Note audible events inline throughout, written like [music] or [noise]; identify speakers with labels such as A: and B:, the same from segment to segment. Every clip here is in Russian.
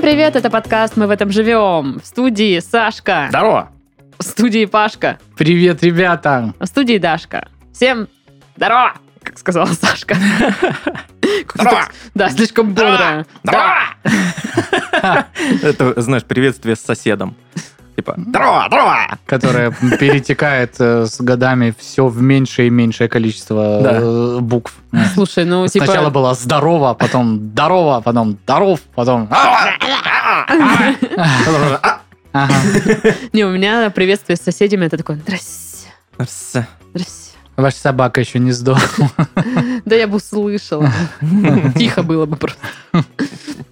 A: привет! Это подкаст «Мы в этом живем». В студии Сашка.
B: Здорово!
A: В студии Пашка.
B: Привет, ребята!
A: В студии Дашка. Всем здорово! Как сказала Сашка.
B: Здорово!
A: Да, слишком бодро.
B: Здорово!
C: Это, знаешь, приветствие с соседом. Типа,
B: Здорово! Здорово!
D: которая [laughs] перетекает э, с годами все в меньшее и меньшее количество э, букв.
A: Слушай, ну типа...
D: Сначала было здорово, потом здорово, потом здоров, потом... «А,
A: [laughs]
D: Ага.
A: Не, у меня приветствие с соседями, это такое «Здрасте,
C: «Рс».
A: здрасте».
D: Ваша собака еще не сдохла.
A: Да я бы услышала. Тихо было бы просто.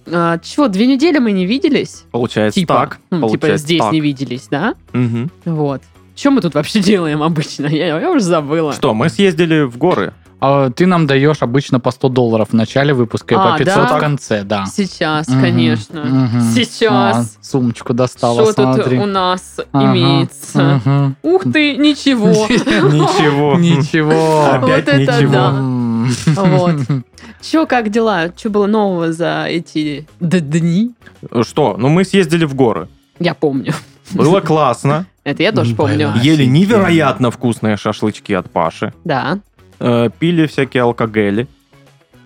A: А, Чего, две недели мы не виделись?
C: получается
A: Типа,
C: так.
A: ну, типа
C: получается
A: здесь
C: так.
A: не виделись, да?
C: Мгм.
A: Вот. Что мы тут вообще делаем обычно? Я, я уже забыла.
C: Что, мы съездили в
A: [laughs]
C: горы?
D: А Ты нам даешь обычно по 100 долларов в начале выпуска и
A: А,
D: по 500
A: да?
D: в конце, да.
A: Сейчас,
D: Мгм,
A: конечно.
D: мгм.
A: Сейчас.
D: А, Сумочку достала,
A: Что тут у
D: смотри.
A: нас
D: Ага,
A: имеется?
D: мгм.
A: Ух ты, ничего.
D: [laughs]
C: Ничего.
A: [laughs]
D: Ничего.
C: Опять
A: Вот это
C: ничего.
A: да.
D: М.
A: Вот. Че, как дела? Че было нового за эти д- дни?
C: Что? Ну, мы съездили в горы.
A: Я помню.
C: Было
A: [laughs]
C: классно.
A: Это я
D: Ну,
A: тоже помню.
D: Блин.
C: Ели
D: Офигенно.
C: невероятно вкусные шашлычки от Паши.
A: Да,
C: Э, Пили всякие алкогели.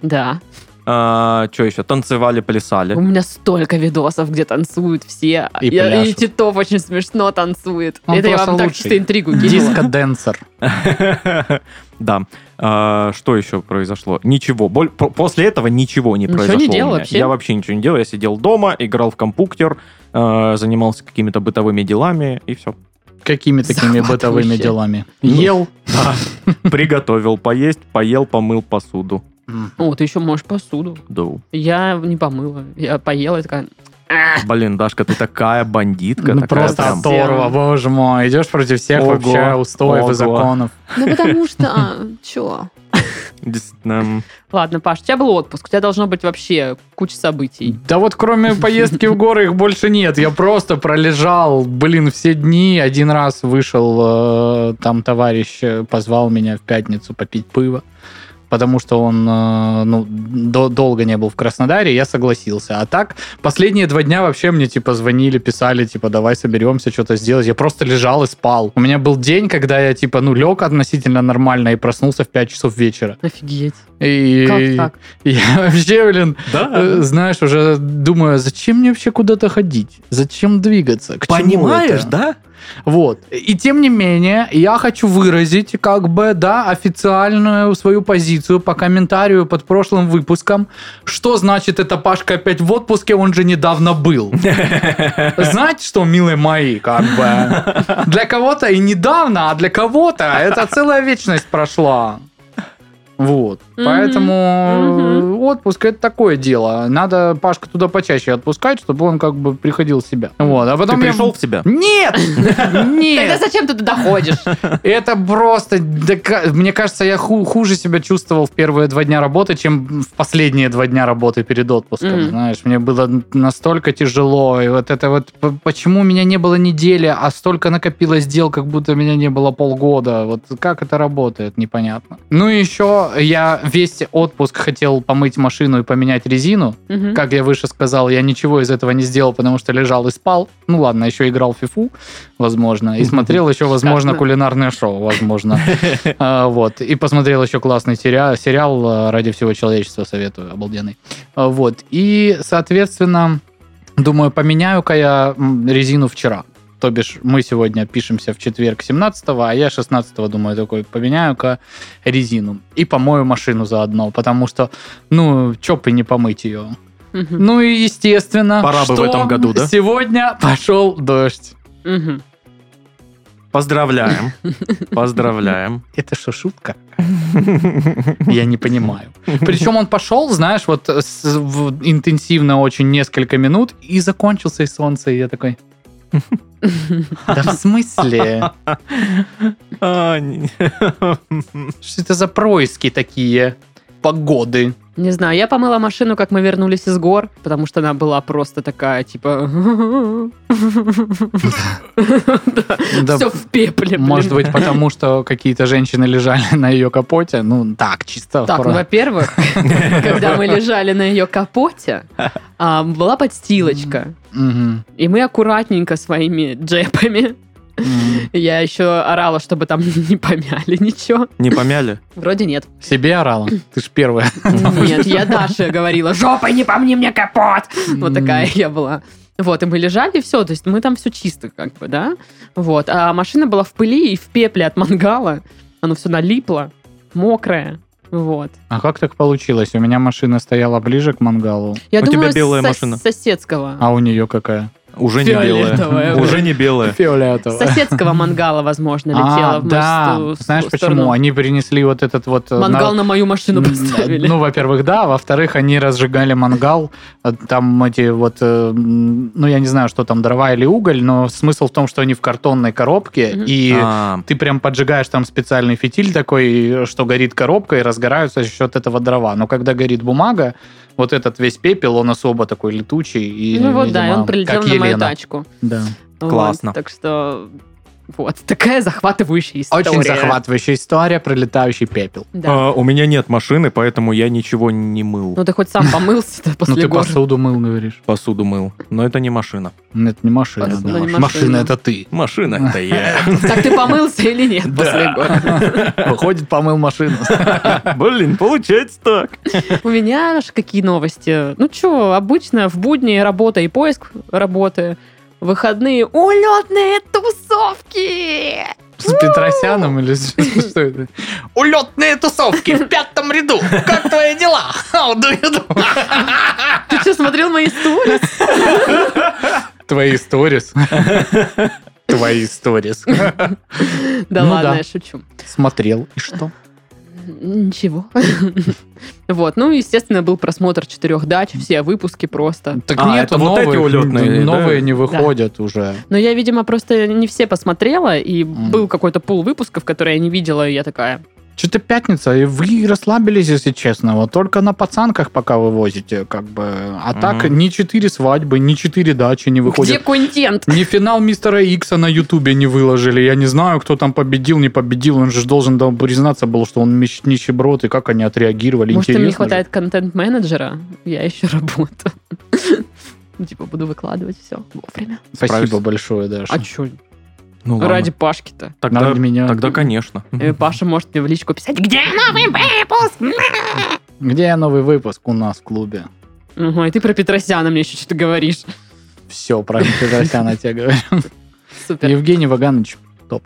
A: да.
C: Что еще? Танцевали,
A: У
C: плясали.
A: меня столько видосов, где танцуют все.
D: И
A: Я-
D: пляшут.
A: и Титов очень смешно танцует.
D: Он
A: Это я вам
D: просто
A: так
D: лучший.
A: чисто интригу кинула.
D: Диско-денсер.
C: [laughs] Да. А, Что еще произошло? Ничего. Боль- по- После этого ничего не
A: Ничего не
C: произошло. у
A: делал
C: меня.
A: вообще?
C: Я вообще ничего не делал. Я сидел дома, играл в компьютер, э, занимался какими-то бытовыми делами и все.
D: Какими такими
A: Захватывающе.
D: бытовыми делами?
C: Ну,
D: Ел.
C: Приготовил поесть, поел, помыл посуду.
A: О, ты еще можешь посуду.
C: Да.
A: Я не помыла. Я поела и такая...
C: Блин, Дашка, ты такая бандитка.
D: Ну,
C: такая
D: просто
C: прям.
D: оторва, боже мой. Идешь против всех
C: Ого,
D: вообще устоев
C: ого.
D: и законов.
A: Ну, потому что... Че?
C: Действительно, м,
A: Ладно, Паш, у тебя был отпуск. У тебя должно быть вообще куча событий.
D: Да вот кроме поездки в горы их больше нет. Я просто пролежал, блин, все дни. Один раз вышел, э, там товарищ э, позвал меня в пятницу попить пиво. Потому что он э, ну, до- долго не был в Краснодаре, я согласился. А так, последние два дня вообще мне типа звонили, писали, типа, давай соберемся, что-то сделать. Я просто лежал и спал. У меня был день, когда я типа, ну, лег относительно нормально и проснулся в 5 часов вечера.
A: Офигеть.
D: И
A: Как так?
D: [laughs] я вообще, блин, Э,
C: Да.
D: Знаешь, уже думаю, а зачем мне вообще куда-то ходить? Зачем двигаться? К чему
C: Понимаешь,
D: это?
C: да?
D: Вот. И тем не менее, я хочу выразить как бы, да, официальную свою позицию по комментарию под прошлым выпуском. Что значит это Пашка опять в отпуске, он же недавно
C: [laughs]
D: был. Знаете что, милые мои, как бы, для кого-то и недавно, а для кого-то это целая вечность прошла. Вот.
A: Мгм.
D: Поэтому э, отпуск это такое дело. Надо Пашку туда почаще отпускать, чтобы он как бы приходил в себя. Вот. А
C: Ты
D: потом я-
C: пришел в себя?
D: Нет!
A: Тогда
D: Нет!
A: зачем ты туда ходишь?
D: Это просто... да ка- Мне кажется, я ху- хуже себя чувствовал в первые два дня работы, чем в последние два дня работы перед отпуском.
A: Мгм.
D: Знаешь, мне было настолько тяжело. И вот это вот... п- Почему у меня не было недели, а столько накопилось дел, как будто меня не было полгода. Вот как это работает, непонятно. Ну и еще я весь отпуск хотел помыть машину и поменять резину.
A: [laughs] Мгм.
D: Как я выше сказал, я ничего из этого не сделал, потому что лежал и спал. Ну ладно, еще играл в фифу, возможно, и смотрел еще, возможно,
A: Шикарно.
D: кулинарное шоу, возможно. А, Вот. И посмотрел еще классный сериа- сериал а, «Ради всего человечества», советую, обалденный. А, Вот. И, соответственно, думаю, поменяю-ка я м, резину вчера. То бишь, мы сегодня пишемся в четверг 17 а я 16 думаю, такой, поменяю-ка резину. И помою машину заодно, потому что, ну, чё бы не помыть ее.
A: Мгм.
D: Ну и естественно,
C: Пора бы
D: что
C: в этом году, да?
D: Сегодня пошел дождь.
A: Мгм.
C: Поздравляем. Поздравляем. [laughs]
D: Это что, шутка? Я не понимаю. Причем он пошел, знаешь, вот с- в- интенсивно очень несколько минут и закончился и солнце, и я такой... Да в смысле?
C: А, не- [laughs]
D: Что это за происки такие? погоды.
A: Не знаю, я помыла машину, как мы вернулись из гор, потому что она была просто такая, типа... [laughs]
D: Да,
A: Все в пепле, блин.
D: Может быть, потому что какие-то женщины лежали [laughs] на ее капоте. Ну, так, чисто.
A: Так, ну,
D: аккуратно.
A: во-первых, когда мы лежали на ее капоте, а, была подстилочка.
D: Мгм.
A: И мы аккуратненько своими джепами.
D: Мгм.
A: Я еще орала, чтобы там [laughs] не помяли ничего.
C: Не помяли?
A: Вроде нет.
D: [laughs] Себе орала? Ты ж первая.
A: Нет, я Даше говорила, жопой не помни мне капот. Вот такая я была. Вот, и мы лежали, все, то есть мы там все чисто, как бы, да? Вот, а машина была в пыли и в пепле от мангала. Оно все налипло, мокрое, вот.
D: А как так получилось? У меня машина стояла ближе к мангалу,
A: Я
C: У тебя
A: думаю,
C: белая
A: сос-
C: машина.
A: соседского.
D: а у нее какая?
C: Уже не
A: Фиолетовая,
C: белая.
A: блин.
C: Уже не белая.
A: С
D: Фиолетовая.
A: соседского мангала, возможно, летела
D: А,
A: в мою
D: да.
A: сту-
D: Знаешь
A: сту-
D: почему?
A: сторону.
D: Они принесли вот этот вот... э,
A: Мангал на мою машину
D: М,
A: поставили.
D: Ну, во-первых, да. Во-вторых, они разжигали мангал. а, Там эти вот, э, м, ну, я не знаю, что там, дрова или уголь, но смысл в том, что они в картонной коробке,
A: Мгм.
D: и
C: А,
D: ты прям поджигаешь там специальный фитиль такой, э, что горит коробка, и разгораются за счет этого дрова. Но когда горит бумага, вот этот весь пепел, он особо такой летучий. И,
A: Ну вот, да, и
D: видимо,
A: он прилетел
D: как
A: на мою
D: Елена.
A: тачку.
D: Да.
A: Вот,
C: Классно.
A: Так что, вот, такая захватывающая история.
D: Очень захватывающая история про летающий пепел.
A: Да.
C: а, У меня нет машины, поэтому я ничего не мыл.
A: Ну ты хоть сам помылся-то
D: [laughs] Ну,
A: после
D: ты
A: гор.
D: посуду мыл, говоришь.
C: Посуду мыл. Но это не машина.
D: Ну, Это не машина.
A: Посуда
D: да.
A: не машина.
D: машина это ты.
A: [laughs]
C: Машина это я.
A: [laughs] Так ты помылся или
D: [laughs]
A: нет после гор?
D: Выходит, помыл машину.
C: Блин, получается так.
A: У меня аж какие новости. Ну что, обычно в будни работа и поиск работы. Выходные улетные тусовки!
D: С Петросяном или с- что это? Улетные тусовки в пятом ряду. Как твои дела? [laughs] А How do you do?
A: Ты что, смотрел мои истории?
D: [laughs] Твои сторис. [laughs] Твои сторис.
A: Да
D: Ну
A: ладно,
D: да.
A: я шучу.
D: Смотрел. И что?
A: Ничего. [laughs] Вот, ну, естественно, был просмотр четырех дач, все выпуски просто.
D: Так
C: А,
D: нету
C: это вот
D: новых.
C: эти улетные,
D: Новые
C: да?
D: не выходят уже.
A: Но я, видимо, просто не все посмотрела, и
D: Мгм.
A: был какой-то пул выпусков, которые я не видела, и я такая,
D: Что-то пятница, и вы расслабились, если честно. Вот только на пацанках пока вы возите, как бы. А так
C: Мгм.
D: ни четыре свадьбы, ни четыре дачи
A: где
D: не выходят.
A: контент?
D: Ни финал мистера Икса на Ютубе не выложили. Я не знаю, кто там победил, не победил. Он же ж должен там признаться был, что он мещ- нищеброд, и как они отреагировали.
A: Может, им
D: Интересно
A: не
D: же.
A: хватает контент-менеджера? Я [laughs] еще работаю. Ну, Типа, буду выкладывать все вовремя.
D: Спасибо
C: Справишься.
D: большое, Даша.
A: А че?
C: Ну ладно.
A: Ради Пашки-то.
C: Тогда,
D: Ради меня.
C: тогда конечно.
A: Э, Паша может мне в личку писать, где новый выпуск?
D: Где новый выпуск у нас в клубе?
A: Ага, и ты про Петросяна мне еще что-то говоришь.
D: Все,
C: [laughs]
D: про Петросяна тебе говорю.
A: Супер.
D: Евгений Ваганович, топ.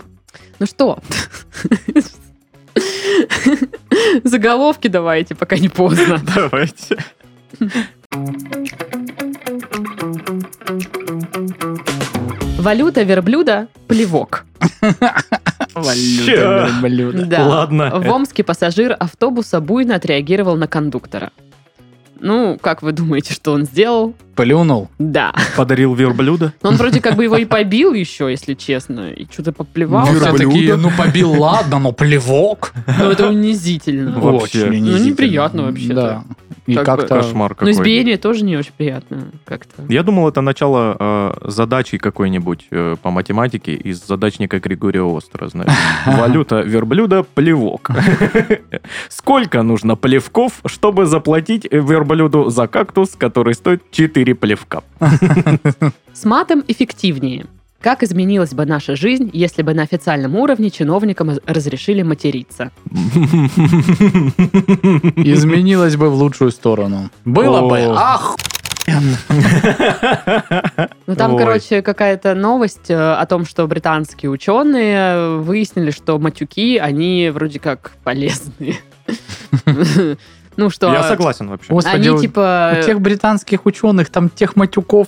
A: Ну что? Заголовки давайте, пока не поздно.
C: Давайте.
A: Валюта верблюда – плевок.
C: Ща.
D: блюдо.
A: Да.
C: Ладно.
A: В Омске пассажир автобуса буйно отреагировал на кондуктора. Ну, как вы думаете, что он сделал?
D: Плюнул.
A: Да.
C: Подарил верблюда.
A: Но Ну, он вроде как бы его и побил еще, если честно, и что-то поплевал.
D: Все
C: Верблюда?
D: такие, ну побил, ладно, но плевок.
A: Но это унизительно.
C: Вот. Вообще.
D: Очень
C: Ну,
D: унизительно.
A: неприятно вообще-то.
D: Да. И
A: Как бы-
D: как-то...
C: Кошмар
A: Но
C: какой.
A: избиение тоже не очень приятно как-то.
C: Я думал, это начало э, задачи какой-нибудь э, по математике из задачника Григория Остера, [laughs] знаешь. Валюта верблюда – плевок. [laughs] Сколько нужно плевков, чтобы заплатить верблюду за кактус, который стоит 4 плевка?
A: С матом эффективнее. Как изменилась бы наша жизнь, если бы на официальном уровне чиновникам разрешили материться?
D: Изменилось бы в лучшую сторону. Было бы.
C: О.
D: Ах!
A: Ну там,
C: Ой.
A: короче, какая-то новость э, о том, что британские ученые выяснили, что матюки, они вроде как полезные. [laughs] Ну что,
C: Я согласен вообще.
D: Господи,
A: они
D: у-
A: типа...
D: у тех британских ученых, там тех матюков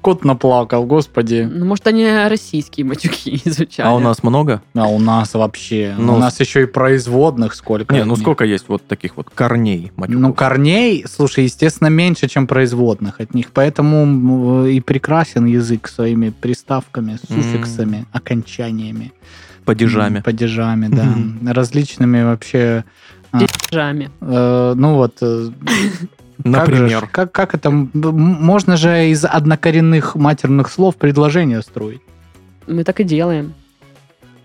D: кот наплакал, господи.
A: Ну, может, они российские матюки [laughs] изучали.
C: А у нас много?
D: А у нас вообще,
C: Ну,
D: у нас еще и производных сколько.
C: Не, ну сколько есть вот таких вот корней матюков?
D: Ну, корней, слушай, естественно, меньше, чем производных от них. Поэтому м, и прекрасен язык своими приставками, суффиксами, окончаниями.
C: Падежами.
D: Падежами, да. Различными вообще,
A: Пижами.
D: э, ну вот, э, как же ж-
C: Например.
D: Как, как это, м, можно же из однокоренных матерных слов предложения строить.
A: Мы так и делаем.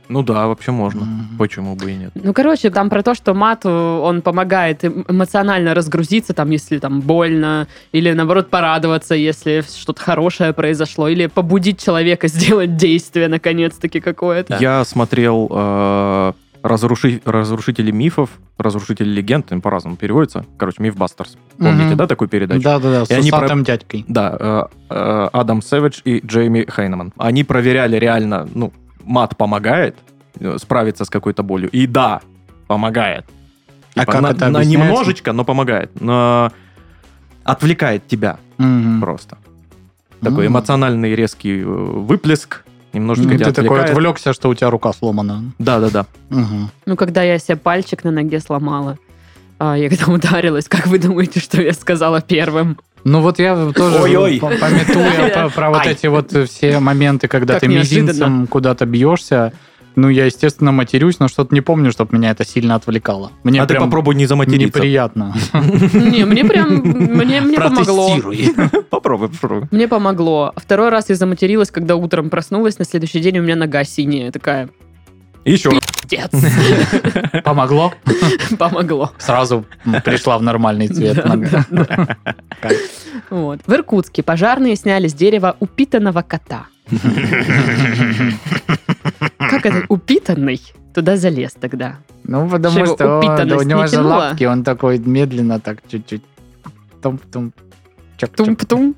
C: Ну да, вообще можно.
D: Мгм.
C: Почему бы и нет?
A: Ну, короче, там про то, что мат, э, он помогает эм- эмоционально разгрузиться, там, если там больно, или, наоборот, порадоваться, если что-то хорошее произошло, или побудить человека [laughs] сделать действие, наконец-таки, какое-то.
C: Я смотрел э, «Разруши- «Разрушители мифов», «Разрушители легенд», им по-разному переводится. Короче, «Мифбастерс». Помните,
D: Мгм.
C: да, такую передачу?
D: Да-да-да, с
C: И они про-
D: усатым дядькой.
C: Да, э, э, Адам Сэвидж и Джейми Хейнеман. Они проверяли реально, ну, мат помогает э, справиться с какой-то болью. И да, помогает. Типа,
D: А как
C: на-
D: это
C: на
D: объясняется?
C: Немножечко, но помогает. Но отвлекает тебя
D: Мгм.
C: просто. Такой
D: М.
C: эмоциональный резкий э, выплеск. Немножечко
D: И
C: тебя
D: Ты такой
C: отвлекает.
D: отвлекся, что у тебя рука сломана.
C: Да-да-да.
D: Мгм.
A: Ну, когда я себе пальчик на ноге сломала, а, я когда [laughs] ударилась, как вы думаете, что я сказала первым?
D: Ну вот я тоже
C: Ой-ой.
D: по- пометуя про- про вот
C: Ай.
D: эти вот э, все моменты, когда
A: Как
D: ты
A: неожиданно.
D: мизинцем куда-то бьешься. Ну, я, естественно, матерюсь, но что-то не помню, чтобы меня это сильно отвлекало. Мне
C: а ты
D: прям
C: попробуй не заматериться. [laughs]
D: неприятно.
A: Не, мне прям, мне, мне помогло.
C: [laughs] Попробуй, попробуй.
A: Мне помогло. Второй раз я заматерилась, когда утром проснулась, на следующий день у меня нога синяя такая.
C: Еще раз.
A: Пиздец.
D: Помогло?
A: Помогло.
D: Сразу пришла в
C: [laughs]
D: нормальный цвет
A: Да,
D: нога.
A: Вот. В Иркутске пожарные сняли с дерева упитанного кота. Как это упитанный? Туда залез тогда.
D: Ну,
A: Что
D: потому
A: его
D: что он- да, у
A: упитанность
D: него
A: не
D: же
A: тянула?
D: лапки, он такой медленно так чуть-чуть. Тум-тум. Чок-чок.
A: Тум-птум,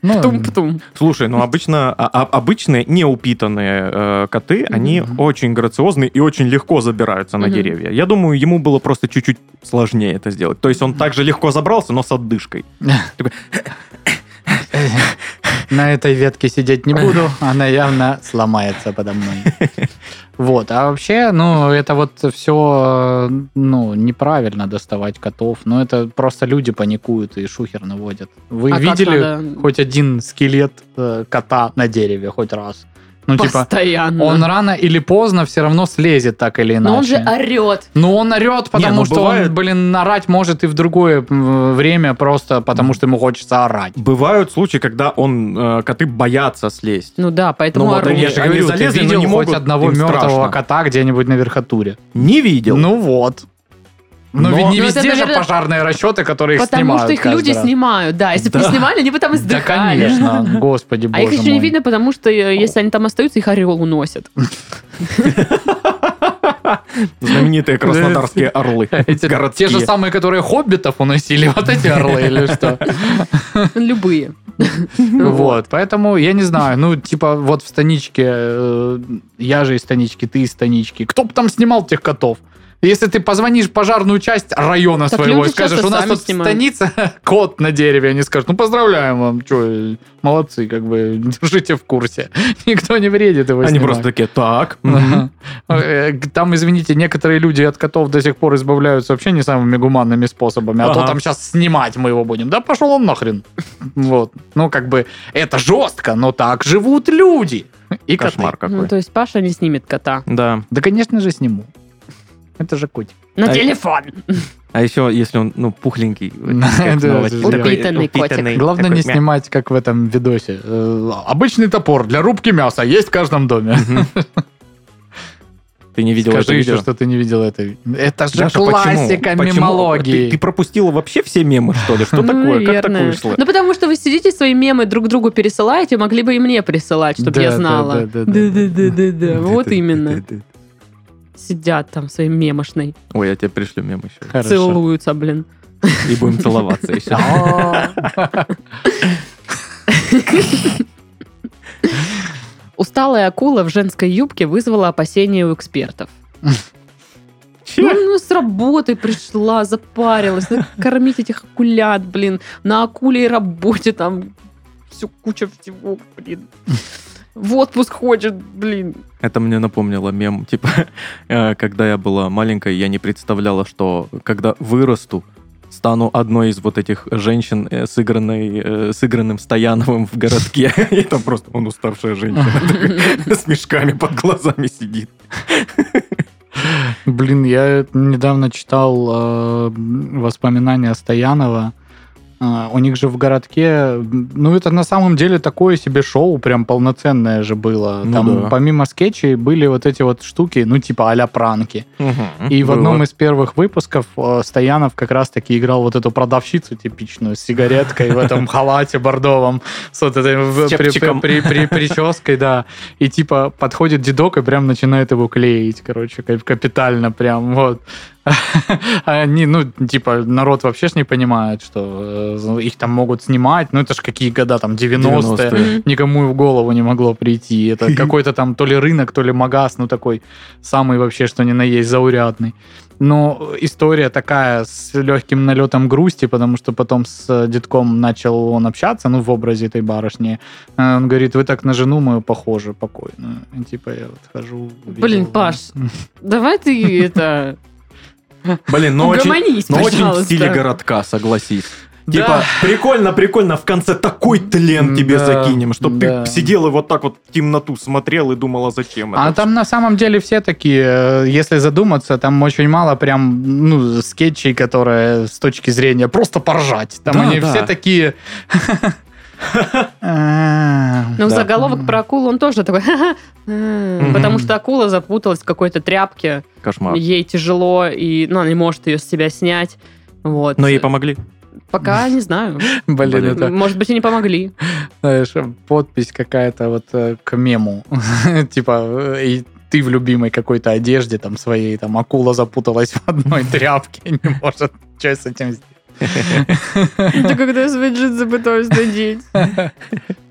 D: Ну,
A: тум-птум.
C: Слушай, ну обычно а- а- обычные неупитанные э, коты, они
D: Мгм.
C: очень грациозны и очень легко забираются на
A: Мгм.
C: деревья. Я думаю, ему было просто чуть-чуть сложнее это сделать. То есть он также легко забрался, но с отдышкой.
D: На этой ветке сидеть не буду, она явно сломается подо мной. Вот, а вообще, ну, это вот все, ну, неправильно доставать котов, но это просто люди паникуют и шухер наводят. Вы
A: А как
D: видели
A: надо?
D: хоть один скелет э, кота на дереве хоть раз? Ну, типа,
A: Постоянно.
D: он рано или поздно все равно слезет так или иначе.
A: Но он же орет.
D: Ну, он орет, потому
C: ну,
D: что
C: бывает.
D: он, блин, орать может и в другое м, время, просто потому что ему хочется орать.
C: Бывают случаи, когда он э, коты боятся слезть.
A: Ну да, поэтому
C: Ну вот
A: орут.
C: они- я же
D: Они
C: говорю, ты
D: залезли,
C: видел
D: но не
C: хоть
D: могут,
C: одного
D: им
C: мертвого
D: страшно. кота где-нибудь на верхотуре.
C: Не видел.
D: Ну вот. Но,
C: Но-
D: ведь не
A: Но это,
D: везде же
A: наверное,
D: пожарные расчеты, которые
A: Потому
D: снимают
A: что их
D: каждый
A: люди
D: раз.
A: снимают, да. Если бы не
C: Да.
A: снимали, они бы там
D: Да,
A: издыхали. [laughs]
D: конечно, господи
A: А их
D: боже
A: еще не
D: мой.
A: видно, потому что э, если они там остаются, их орел уносит.
C: Знаменитые краснодарские орлы.
D: [laughs] Эти- те
C: Городские.
D: же самые, которые хоббитов уносили, [laughs] вот эти орлы или что.
A: Любые. Ну,
D: Вот, поэтому я не знаю, ну, типа, вот в станичке, э, я же из станички, ты из станички. Кто бы там снимал тех котов? Если ты позвонишь в пожарную часть района
A: Так
D: своего и
A: люди
D: скажешь,
A: часто
D: у нас
A: сами
D: тут
A: снимают.
D: станица, [laughs] кот на дереве, они скажут, ну, поздравляем вам, что, молодцы, как бы, [laughs] держите в курсе. [laughs] Никто не вредит его
C: Они
D: снимать.
C: просто такие, так. мгм».
D: Ага. Э, Там, извините, некоторые люди от котов до сих пор избавляются вообще не самыми гуманными способами. А
C: Ага.
D: то там сейчас снимать мы его будем. Да пошел он нахрен. [laughs] Вот. Ну, как бы, это жестко, но так живут люди. И коты.
C: Кошмар
A: Ну,
C: какой.
A: то есть Паша не снимет кота.
C: Да.
D: Да, конечно же, сниму. Это же котик.
A: На
C: А-
A: телефон.
C: А еще, если он, ну,
D: [laughs]
C: пухленький.
D: Да,
C: как
D: да,
C: новость,
D: да.
C: такой
A: Упитанный котик.
D: Главное
C: такой
D: не
C: мя-
D: снимать, как в этом видосе. Э, Обычный топор для рубки мяса есть в каждом доме.
C: Ты не [laughs] видел это
D: Скажи еще,
C: видео?
D: что ты не видел это. Это же
C: Даша,
D: классика
C: почему? Почему?
D: мемологии.
C: Ты, ты пропустила вообще все мемы, что ли?
A: Ну,
C: Что такое? Как так
A: наверное.
C: вышло?
A: Ну, потому что вы сидите свои мемы друг другу пересылаете, могли бы и мне присылать, чтобы
D: Да,
A: я
D: да,
A: знала.
D: да, да, да. [laughs]
C: [laughs]
A: Да-да-да-да-да. Вот именно. Сидят там свои мемошной.
C: Ой, я тебе пришлю мем еще.
D: Хорошо.
A: Целуются, блин.
C: И будем целоваться еще.
A: Усталая акула в женской юбке вызвала опасения у экспертов. Ну, ну, с работы пришла, запарилась. Надо кормить этих акулят, блин. На акуле и работе там всю куча всего,
C: [laughs]
A: блин. В отпуск хочет, блин.
C: [laughs] Это мне напомнило мем, [laughs] типа, э, когда я была маленькая, я не представляла, что когда вырасту, стану одной из вот этих женщин, э, сыгранной, э, сыгранным Стояновым в городке. [laughs] И там просто он
A: [laughs]
C: уставшая женщина такая, с мешками под глазами сидит.
D: [laughs] Блин, я недавно читал э, воспоминания Стоянова. Э, у них же в городке, ну это на самом деле такое себе шоу, прям полноценное же было.
C: Ну
D: Там
C: да.
D: помимо скетчей были вот эти вот штуки, ну типа а-ля пранки. И в
C: Было.
D: одном из первых выпусков э, Стоянов как раз-таки играл вот эту продавщицу типичную с сигареткой в этом халате бордовом, с вот этой в-
C: С
D: при-
C: чепчиком.
D: при- при- прической, да. И типа подходит дедок и прям начинает его клеить, короче, кап- капитально прям, вот. [laughs] А Они, ну, типа, народ вообще ж не понимает, что э, их там могут снимать. Ну, это ж какие года, там, 90-е
C: 90-е.
A: Мгм.
D: никому и в голову не могло прийти. Это
A: [laughs]
D: какой-то там то ли рынок, то ли магаз, ну такой самый вообще, что ни на есть, заурядный. Но история такая с легким налетом грусти, потому что потом с э, детком начал он общаться, ну, в образе этой барышни. Э, Он говорит, вы так на жену мою похожи, покойную. И Типа я вот хожу... ну, увидел
A: Блин,
D: вас».
A: Паш, давай
C: [laughs]
A: ты это...
C: Блин, ну очень...
A: Угомонись,
C: Но очень
A: пожалуйста.
C: в стиле городка, согласись.
D: Да.
C: Типа, прикольно, прикольно, в конце такой тлен тебе
D: Да,
C: закинем, чтобы
D: да.
C: ты сидел и вот так вот в темноту смотрел и думал, а зачем это?
D: А там на самом деле все такие, э, если задуматься, там очень мало прям ну, скетчей, которые с точки зрения просто поржать. Там
C: Да,
D: они
C: да.
D: все такие... Ну,
A: Ну, заголовок про акулу, он тоже такой... «Ха-ха». М, Потому что акула запуталась в какой-то тряпке,
C: Кошмар.
A: ей тяжело, и ну, она не может ее с себя снять. Вот.
C: Но Ну, ей помогли.
A: Пока не знаю.
D: [laughs] [laughs] Блин,
C: Блин.
D: это,
A: Может быть, и не
D: [laughs]
A: помогли.
D: знаешь, подпись какая-то вот э, к мему. [laughs] Типа, э, и ты в любимой какой-то одежде там своей, там акула запуталась [laughs] в одной тряпке, не может что с этим сделать.
A: Это когда свои джинсы пытаюсь надеть.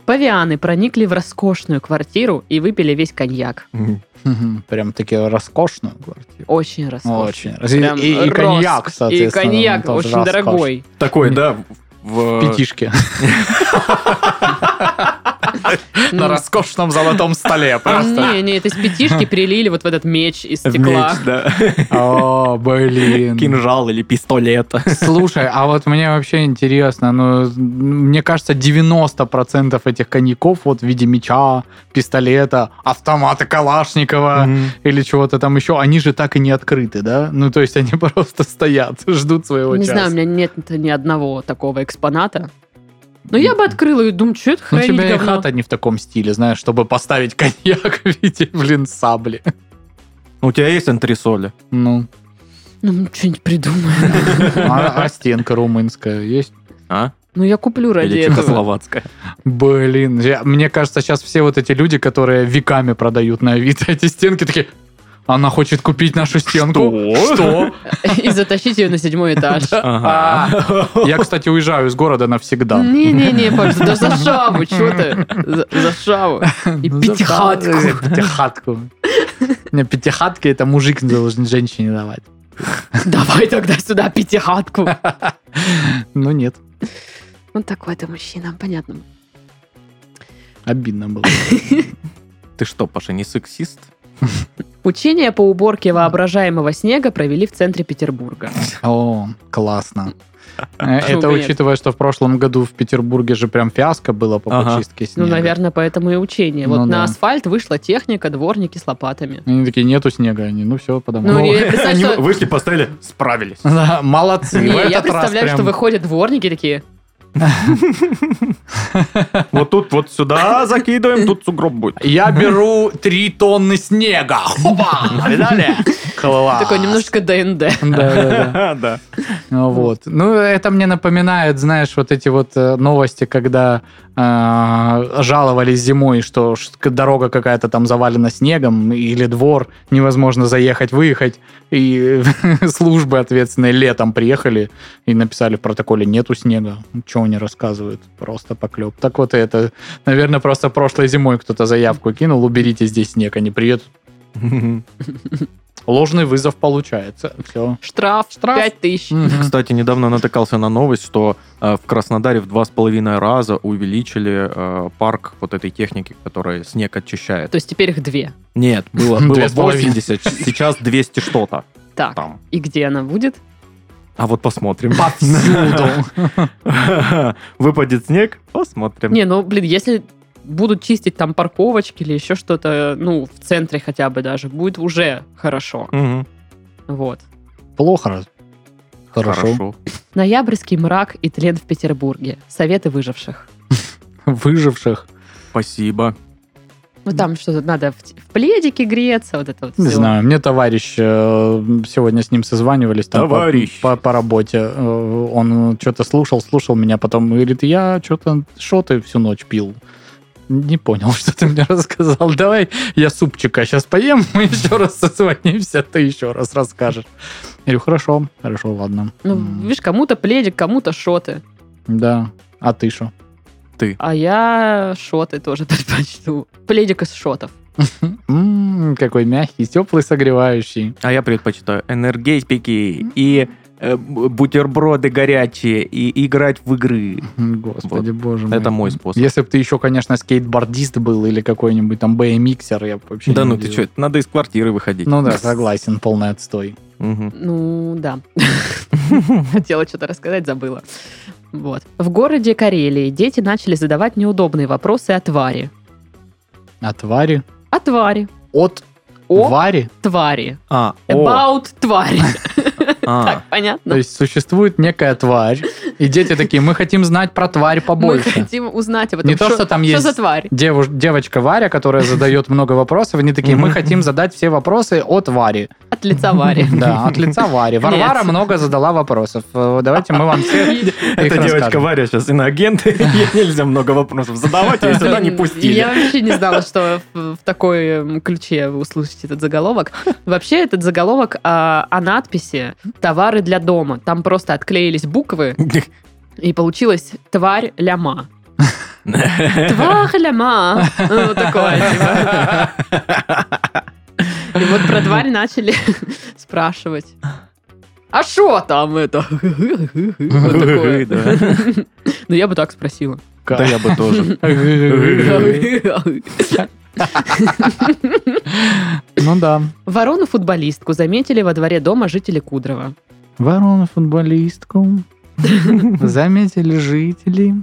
A: Павианы проникли в роскошную квартиру и выпили весь коньяк.
C: Мгм.
D: Мгм, Прям таки роскошную квартиру.
A: Очень роскошно.
D: Очень.
A: Прям
D: И, и
A: роскошь.
D: коньяк,
A: И
D: соответственно.
A: коньяк
D: тоже
A: очень
D: роскошь.
A: дорогой.
C: Такой, да, в... э,
D: Пятишки. [laughs] На роскошном золотом столе просто.
A: Ну, Не, не, это из пятишки перелили вот в этот меч из
C: в
A: стекла.
C: меч, да.
D: О, блин.
C: Кинжал или пистолет.
D: Слушай, а вот мне вообще интересно, ну, мне кажется, 90% этих коньяков вот в виде меча, пистолета, автомата Калашникова
C: Мгм.
D: или чего-то там еще, они же так и не открыты, да? Ну, то есть они [laughs] просто стоят, ждут своего
A: Не
D: часа. Ну,
A: знаю, у меня нет ни одного такого экспоната. Но я бы открыла и думаю, что это
D: Ну, у
A: хранить
D: тебя и
A: говно?
D: хата не в таком стиле, знаешь, чтобы поставить коньяк [laughs] в виде, блин, сабли.
C: У тебя есть антресоли?
D: Ну,
A: Ну, мы что-нибудь придумаем.
D: [laughs] а, а стенка румынская есть?
C: А?
A: Ну, я куплю ради
C: Или
A: этого.
C: чехословацкая?
D: Блин, я- мне кажется, сейчас все вот эти люди, которые веками продают на Авито [laughs] эти стенки, такие, она хочет купить нашу стенку? Что?
A: И затащить ее на седьмой этаж.
D: А,
C: Ага.
D: Я, кстати, уезжаю из города
A: «Ну,
D: навсегда.
A: Не-не-не, Паш, да
D: [laughs]
A: за шаву, что ты? За- За шаву. И
D: Ну,
A: пятихатку.
D: за- за Пятихатку. Не, Пятихатки это мужик должен женщине давать.
A: [laughs] Давай тогда сюда
D: [laughs]
A: пятихатку.
D: Ну нет,
A: Ну, такой ты мужчина, понятно.
D: обидно было.
C: Ты что, Паша, не сексист?
A: Учения по уборке воображаемого снега провели в центре Петербурга.
D: О, классно. Э,
A: Почему
D: Это
A: бы нет?
D: учитывая, что в прошлом году в Петербурге же прям фиаско было по
C: Ага.
D: почистке
A: Ну,
D: снега.
A: наверное, поэтому и учение.
D: Ну
A: Вот
D: да.
A: на асфальт вышла техника, дворники с лопатами.
D: Они такие, нету снега, они, ну все, потому.
A: Ну, я представляю,
C: Они
A: что-
C: вышли, поставили, справились.
D: [laughs] Да, молодцы.
A: Не,
D: в этот
A: я
D: раз
A: представляю,
D: прям
A: что выходят дворники такие.
C: Вот тут вот сюда закидываем, тут сугроб будет.
D: Я беру три тонны снега. Хопа! Видали? Класс.
A: Такой немножко ДНД.
D: Да, да, да.
C: [laughs] Да.
D: Ну, Вот. Ну, это мне напоминает, знаешь, вот эти вот э, новости, когда э, жаловались зимой, что ш- к- дорога какая-то там завалена снегом или двор, невозможно заехать, выехать. И [laughs] службы ответственные летом приехали и написали в протоколе «нету снега». Чего они рассказывают? Просто поклеп. Так вот и это, наверное, просто прошлой зимой кто-то заявку кинул «уберите здесь снег», они приедут. Ложный вызов получается. Все.
A: Штраф, штраф. Пять тысяч.
C: Кстати, недавно натыкался на новость, что э, в Краснодаре в два с половиной раза увеличили э, парк вот этой техники, которая снег очищает.
A: То есть теперь их две.
C: Нет,
D: [laughs]
C: было, было
D: Две с половиной.
C: 80, сейчас 200 что-то
A: Так,
C: там.
A: и где она будет?
C: А вот посмотрим.
D: Повсюду.
C: [laughs] Выпадет снег,
D: Эм.
C: посмотрим.
A: Не, ну, блин, если будут чистить там парковочки или еще что-то, ну, в центре хотя бы даже, будет уже хорошо.
C: Мгм.
A: Вот.
D: Плохо. раз- Хорошо.
A: Ноябрьский мрак и тлен в Петербурге. Советы выживших.
D: [laughs] Выживших.
C: Спасибо.
A: Ну, там что-то надо в, т- в пледике греться, вот это вот
D: Не
A: всё.
D: знаю, мне товарищ, э, сегодня с ним созванивались там по-
C: Товарищ.
D: По, по работе. Э, Он что-то слушал, слушал меня, потом говорит, я что-то, что ты всю ночь пил? Не понял, [laughs] что ты мне рассказал. Давай я супчика сейчас поем, [laughs] мы еще раз созвонимся, ты еще раз расскажешь. Я говорю, хорошо, хорошо, ладно.
A: Ну,
D: М,
A: видишь, кому-то пледик, кому-то шоты.
D: Да, а ты что?
A: А я шоты тоже [laughs] предпочту. Пледик из шотов.
D: М, какой мягкий, теплый, согревающий.
C: А я предпочитаю энергетики и э, б- бутерброды горячие и играть в игры.
D: М, Господи, боже мой.
C: Это мой способ.
D: Если бы ты еще, конечно, скейтбордист был или какой-нибудь там BMXер, я бы вообще
C: Да
D: не
C: ну ты
D: удивился.
C: что, надо из квартиры выходить.
D: Ну да, согласен, полный отстой.
C: Мгм.
A: Ну,
D: [laughs]
A: да. Хотела что-то рассказать, забыла. Вот. В городе Карелии дети начали задавать неудобные вопросы о твари.
D: О А твари?
A: О твари.
D: От
A: О
D: твари?
A: твари.
C: А,
D: Э,
C: о,
A: About
D: [laughs]
A: твари.
C: а.
A: Так,
D: То
A: понятно?
D: есть существует некая тварь, и дети такие, мы хотим знать про тварь
A: Мы
D: побольше.
A: хотим узнать об этом.
D: Не то, что там
A: Что
D: есть
A: за тварь?
D: Девуш- девочка Варя, которая задает много вопросов, они такие, мы
C: Мгм.
D: хотим задать все вопросы от Вари.
A: От лица Вари. [laughs]
D: [laughs] Да, от лица Вари. Варвара
A: Нет.
D: много задала вопросов. Э, Давайте мы вам
C: [laughs]
D: все их
C: Эта девочка
D: расскажем.
C: Варя сейчас иноагент, и [laughs] ей нельзя много вопросов задавать, ее сюда не
A: Блин,
C: пустили.
A: Я вообще не знала, что в, в такой м, ключе вы услышите этот заголовок. Вообще этот заголовок а, о надписи «Товары для дома». Там просто отклеились буквы, и получилось «Тварь ляма». «Тварь ляма». Ну, вот такое, типа. И вот про тварь начали [laughs] спрашивать. А что там это? [laughs] Вот такое.
C: Да.
A: Ну, я бы так спросила.
C: Да я бы
D: [laughs]
C: тоже.
D: Ну да.
A: Ворону-футболистку заметили во дворе дома жители Кудрова.
D: Ворона футболистку.
A: [laughs]
D: Заметили жители.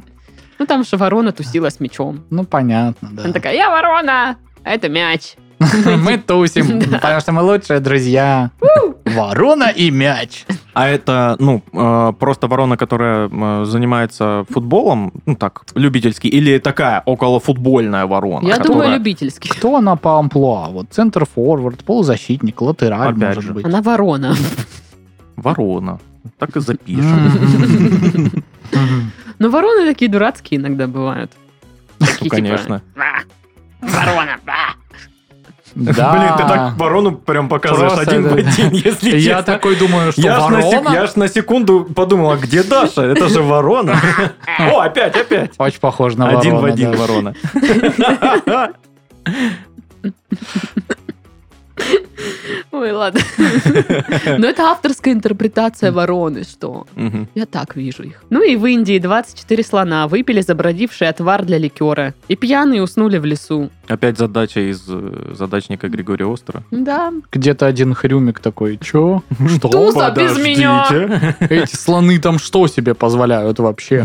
A: Ну, там же ворона тусила с мячом.
D: Ну, понятно,
A: Она
D: да.
A: такая, я ворона, а это мяч.
D: Мы тусим,
A: [laughs] Да.
D: потому что мы лучшие друзья. Ворона и мяч.
C: А это, ну, э, просто ворона, которая э, занимается футболом, ну так, любительский, или такая околофутбольная ворона?
A: Я думаю,
C: которая-
A: любительский.
D: Кто она по амплуа? Вот центр форвард, полузащитник, латераль,
C: Опять
D: может
C: же.
D: быть.
A: Она ворона.
C: Ворона. Так и запишем. [laughs]
D: Мгм.
A: Но Ну, вороны такие дурацкие иногда бывают. Такие,
C: Ну,
A: типа,
C: Конечно.
A: «А, Ворона, а».
D: Да.
C: Блин, ты так ворону прям показываешь
D: Просто,
C: один
D: да.
C: в один, если
D: Я
C: честно.
D: такой думаю, что
C: Я ж, на сек- я
D: ворона...
C: ж на секунду подумал, а где Даша? Это
D: [laughs]
C: же ворона. О, опять, опять.
D: Очень похож на
C: Один в
D: ворона,
C: один
D: да.
C: ворона.
A: Ой, ладно. Но это авторская интерпретация вороны, что
C: Мгм.
A: я так вижу их. Ну и в Индии 24 слона выпили забродивший отвар для ликера. И пьяные уснули в лесу.
C: Опять задача из э, задачника Григория Остра.
A: Да.
D: Где-то один хрюмик такой,
A: [laughs]
D: чё? Что?
A: Туса без меня!
C: Подождите.
D: Эти слоны там что себе
A: [laughs]
D: позволяют вообще?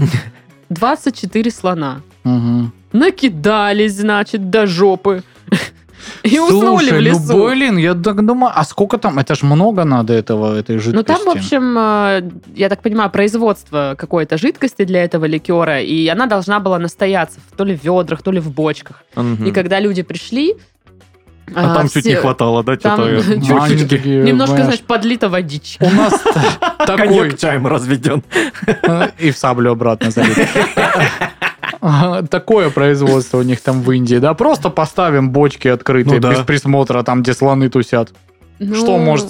A: 24 слона.
D: Мгм.
A: Накидались, значит, до жопы. [laughs] И уснули в
D: Слушай,
A: лесу.
D: ну блин, я так думаю, а сколько там? Это ж много надо этого, этой жидкости.
A: Ну, там, в общем, э, я так понимаю, производство какой-то жидкости для этого ликера, и она должна была настояться в- то ли в ведрах, то ли в бочках.
C: Мгм.
A: И когда люди пришли...
C: Хм. А там чуть не хватало, да? э,
A: там
C: что-то
A: чуть-
D: Они
C: бочечки.
D: такие,
A: Немножко,
D: знаешь,
A: значит, подлито водички.
C: Хм.
D: У нас та- такой...
C: Коньяк
A: [laughs]
C: чаем разведен.
D: И в саблю обратно залить. Ага, Такое производство у них там в Индии, да? Просто поставим бочки открытые,
C: Ну да.
D: без присмотра, там, где слоны тусят.
A: Ну,
D: Что может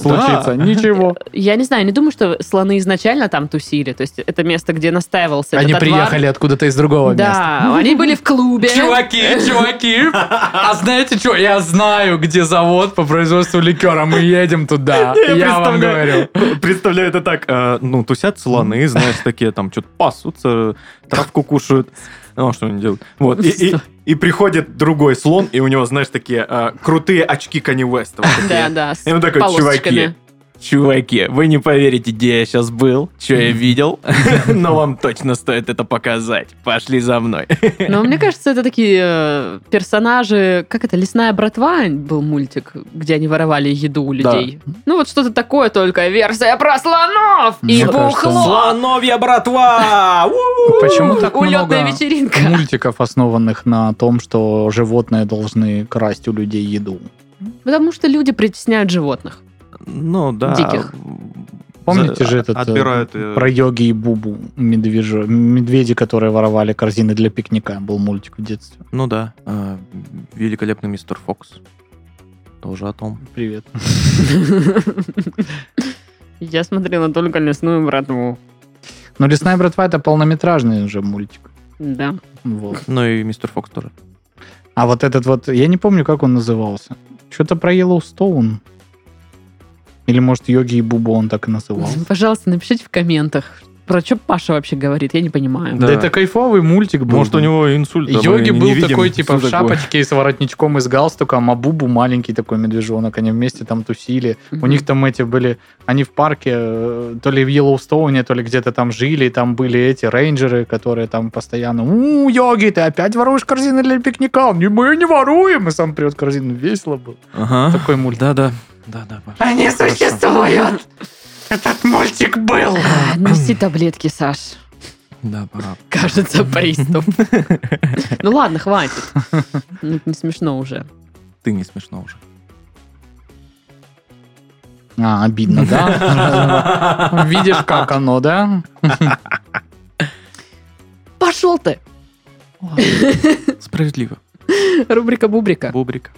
A: [laughs]
D: случиться? Ничего.
A: Я не знаю, не думаю, что слоны изначально там тусили. То есть это место, где настаивался
D: Они
A: этот отвар.
D: приехали откуда-то из другого места.
A: Да, они были в
C: [laughs]
A: клубе.
D: Чуваки, чуваки, а знаете что? Я знаю, где завод по производству ликера, мы едем туда. Я вам говорю.
C: [laughs] Представляю это так. э, Ну, тусят слоны, знаешь, такие там что-то пасутся, травку кушают. Ну, а что они делают? Вот. И, и- и приходит другой слон, и у него, знаешь, такие э, крутые очки Канни Уэста. вот
A: Да,
C: такие.
A: да, с
C: И он такой,
A: полосочками.
C: чуваки, Чуваки, вы не поверите, где я сейчас был, что
A: [laughs]
C: я видел, но вам точно стоит это показать. Пошли за мной.
A: Но мне кажется, это такие э, персонажи, как это, «Лесная братва» был мультик, где они воровали еду у
C: Да.
A: людей. Ну вот что-то такое, только версия про слонов и
D: Мне кажется,
A: бухло.
C: Слоновья братва! У-у-у!
D: Почему так
A: Улетная
D: много
A: вечеринка.
D: мультиков, основанных на том, что животные должны красть у людей еду?
A: Потому что люди притесняют животных.
C: Ну да.
A: Диких.
D: Помните
C: За-
D: же этот э,
C: Отбирают... э,
D: про йоги и бубу медвежо- медведи, которые воровали корзины для пикника? Был мультик в детстве.
C: Ну да. э, Великолепный мистер Фокс. Тоже о том.
D: Привет.
A: Я смотрела только «Лесную братву».
D: Но лесная братва это полнометражный уже мультик.
A: Да.
D: Вот.
C: Ну и мистер Фокс тоже.
D: А вот этот вот, я не помню, как он назывался. Что-то про Йеллоустоун. Или, может, Йоги и Бубу он так и называл.
A: Пожалуйста, напишите в комментах, про что Паша вообще говорит, я не понимаю.
C: Да.
D: Да. это кайфовый мультик был.
C: Может, у него инсульт. а мы
D: Йоги
C: не
D: был
C: видим,
D: такой, типа,
C: что
D: в
C: такое.
D: шапочке и с воротничком и с галстуком, а Бубу маленький такой медвежонок. Они вместе там тусили. У
A: Мгм.
D: них там эти были... Они в парке, э, то ли в Йеллоустоуне, то ли где-то там жили, и там были эти рейнджеры, которые там постоянно... У, Йоги, ты опять воруешь корзины для пикника? Не, мы не воруем! И сам прет корзину. Весело было.
C: Ага.
D: Такой мультик.
C: Да-да. Да-да. Паша.
D: Они
C: Хорошо.
D: существуют! Этот мультик был!
A: А, Носи таблетки, Саш.
C: Да, пора.
A: [laughs] Кажется, приступ. Ну ладно, хватит. Ну, это Не смешно уже.
C: Ты не смешно [laughs] уже.
D: А, обидно,
C: [laughs]
D: да? Видишь, как оно, да?
A: Пошел ты!
C: Справедливо.
A: Рубрика Бубрика.
C: Бобрик.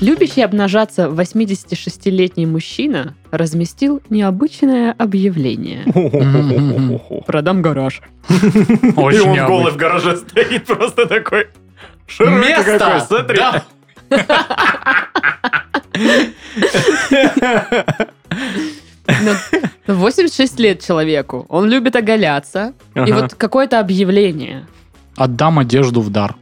A: Любящий обнажаться 86-летний мужчина разместил необычное объявление. Продам гараж.
C: И
D: Очень
C: он голый
D: необычно.
C: в гараже стоит, просто такой. широкий какой,
D: Место!
C: смотри.
D: Да.
A: Ну, 86 лет человеку. Он любит оголяться. И
C: Ага.
A: вот какое-то объявление.
D: Отдам одежду в дар.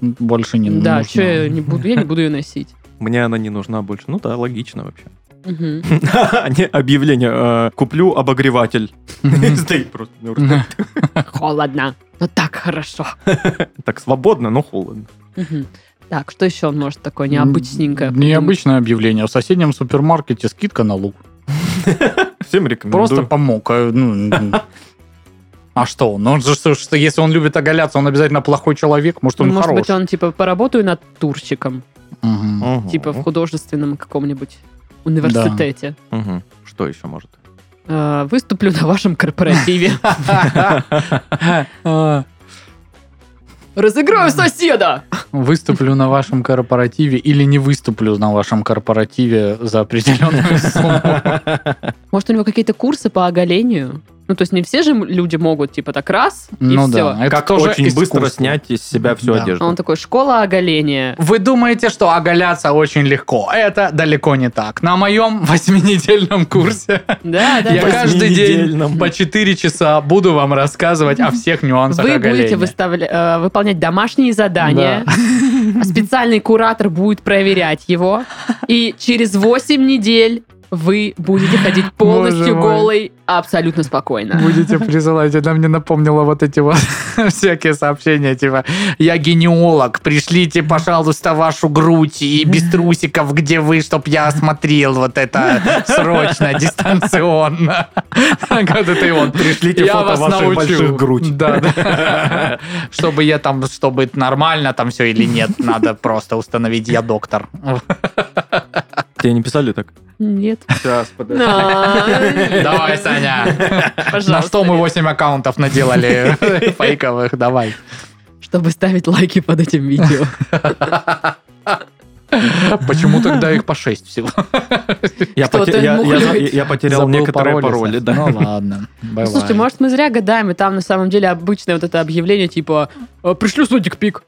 D: Больше не
A: Да,
D: нужно.
A: что я не буду, я не буду ее носить.
C: Мне она не нужна больше. Ну да, логично вообще.
A: Мгм.
C: [laughs] А Не объявление. э, Куплю обогреватель. [laughs]
D: [laughs]
C: Стоит просто. ну,
A: Холодно. Но Ну так хорошо.
C: Так свободно, но холодно.
A: Мгм. Так, что еще он может такое необычненькое?
D: Необычное объявление. В соседнем супермаркете скидка на лук.
C: Всем рекомендую.
D: Просто помог. а,
A: [laughs]
D: ну, А что? Ну, он же, что, что если он любит оголяться, он обязательно плохой человек. Может, он
A: Ну, Может быть,
D: хороший.
A: он типа поработаю над турщиком,
D: Мгм.
C: Ага.
A: типа в художественном каком-нибудь университете.
C: Мгм. Что еще может?
A: Э, Выступлю на вашем
D: [laughs]
A: корпоративе.
D: А,
A: Разыграю соседа!
D: Выступлю на вашем корпоративе или не выступлю на вашем корпоративе за [laughs] определенную сумму.
A: Может, у него какие-то курсы по оголению? Ну, то есть не все же м- люди могут, типа, так раз, и
D: Ну
A: все.
D: да, это
C: Как
D: тоже
C: очень быстро
D: искусство.
C: снять из себя всю
D: Да.
A: А
C: одежду.
A: он такой, школа оголения.
D: [laughs] Вы думаете, что оголяться очень легко? Это далеко не так. На моем [laughs] восьминедельном курсе
A: Да, да,
D: я
A: да.
D: каждый день
C: Восьминедельном.
D: по 4 часа буду вам рассказывать о всех нюансах
A: Вы будете
D: оголения.
A: выставля- э, выполнять домашние задания. [laughs] Специальный куратор будет проверять его. И через 8 недель вы будете ходить полностью
D: Боже мой.
A: голой а абсолютно спокойно.
C: [laughs]
D: Будете присылать. Она мне напомнила вот эти вот [laughs] всякие сообщения, типа «Я генеолог, пришлите, пожалуйста, вашу грудь и
C: [laughs]
D: без трусиков, где вы, чтоб я осмотрел вот
C: [laughs]
D: это срочно, дистанционно». Когда ты он
C: Пришлите
D: я
C: фото
D: вас
C: ваших
D: научу.
C: больших грудь.
D: Да,
C: [laughs]
D: да. Чтобы я там, чтобы нормально там все или нет, надо просто установить, я доктор.
C: [laughs] Тебе не писали так?
D: [laughs]
A: Нет.
C: Сейчас, подожди.
A: А,
D: Давай, Саня.
A: Пожалуйста.
D: На что мы 8 аккаунтов
C: [laughs]
D: наделали фейковых? Давай.
A: Чтобы ставить лайки под этим
D: [laughs]
A: видео.
D: Почему тогда их по 6 всего?
C: Я,
A: Кто-то
C: поте- я- я-
A: мухлюет.
C: я потерял некоторые пароли, да.
D: Ну ладно, бывает.
A: Слушайте, может, мы зря гадаем, и там на самом деле обычное вот это объявление типа «Э, «Пришлю свой дикпик».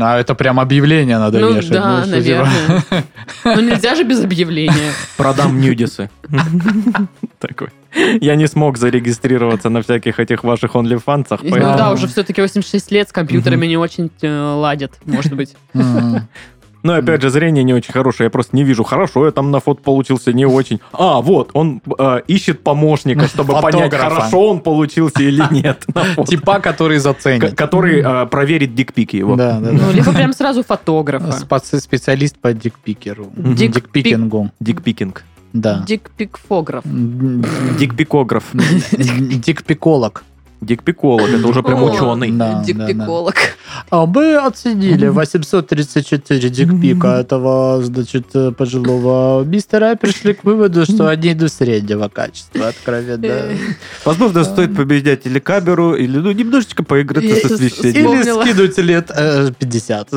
D: А это прям объявление надо
A: Ну
D: вешать.
A: да,
D: что, типа,
A: наверное. Ну нельзя же без объявления.
C: Продам нюдисы. Такой. Я не смог зарегистрироваться на всяких этих ваших онлифанцах.
A: Ну
C: поэтому-
A: да, уже все-таки 86 лет с компьютерами не очень э, ладят, может быть.
D: Мгм.
C: Но опять же, зрение не очень хорошее. Я просто не вижу, хорошо я там на фото получился, не очень. А, вот, он э, ищет
D: [laughs]
C: помощника, чтобы понять,
D: Фотографа.
C: хорошо он
D: [laughs]
C: получился или нет. на фото.
D: Типа, который
C: К-
D: заценит.
C: Который э, проверит дикпики его.
D: [laughs] Да, да,
A: Ну,
D: да.
A: либо прям сразу фотографа.
D: Специ- Специалист по дикпикеру.
A: Дик-
D: Дикпикингу.
C: Дикпикинг.
D: Да.
A: Дикпикфограф.
D: М,
C: Дикпикограф.
D: Дикпиколог.
C: Дикпиколог. Это уже прям
A: О.
C: ученый.
D: Да, да, да.
A: Дикпиколог.
D: А мы оценили 834 дикпика этого, значит, э, пожилого мистера и пришли к выводу, что они до среднего
A: [laughs]
D: качества, откровенно.
E: Возможно, стоит побеждать или камеру, или ну немножечко поиграться
A: Я
E: со
A: сейчас
E: священником.
A: Вспомнила.
D: Или скидывать лет э, 50.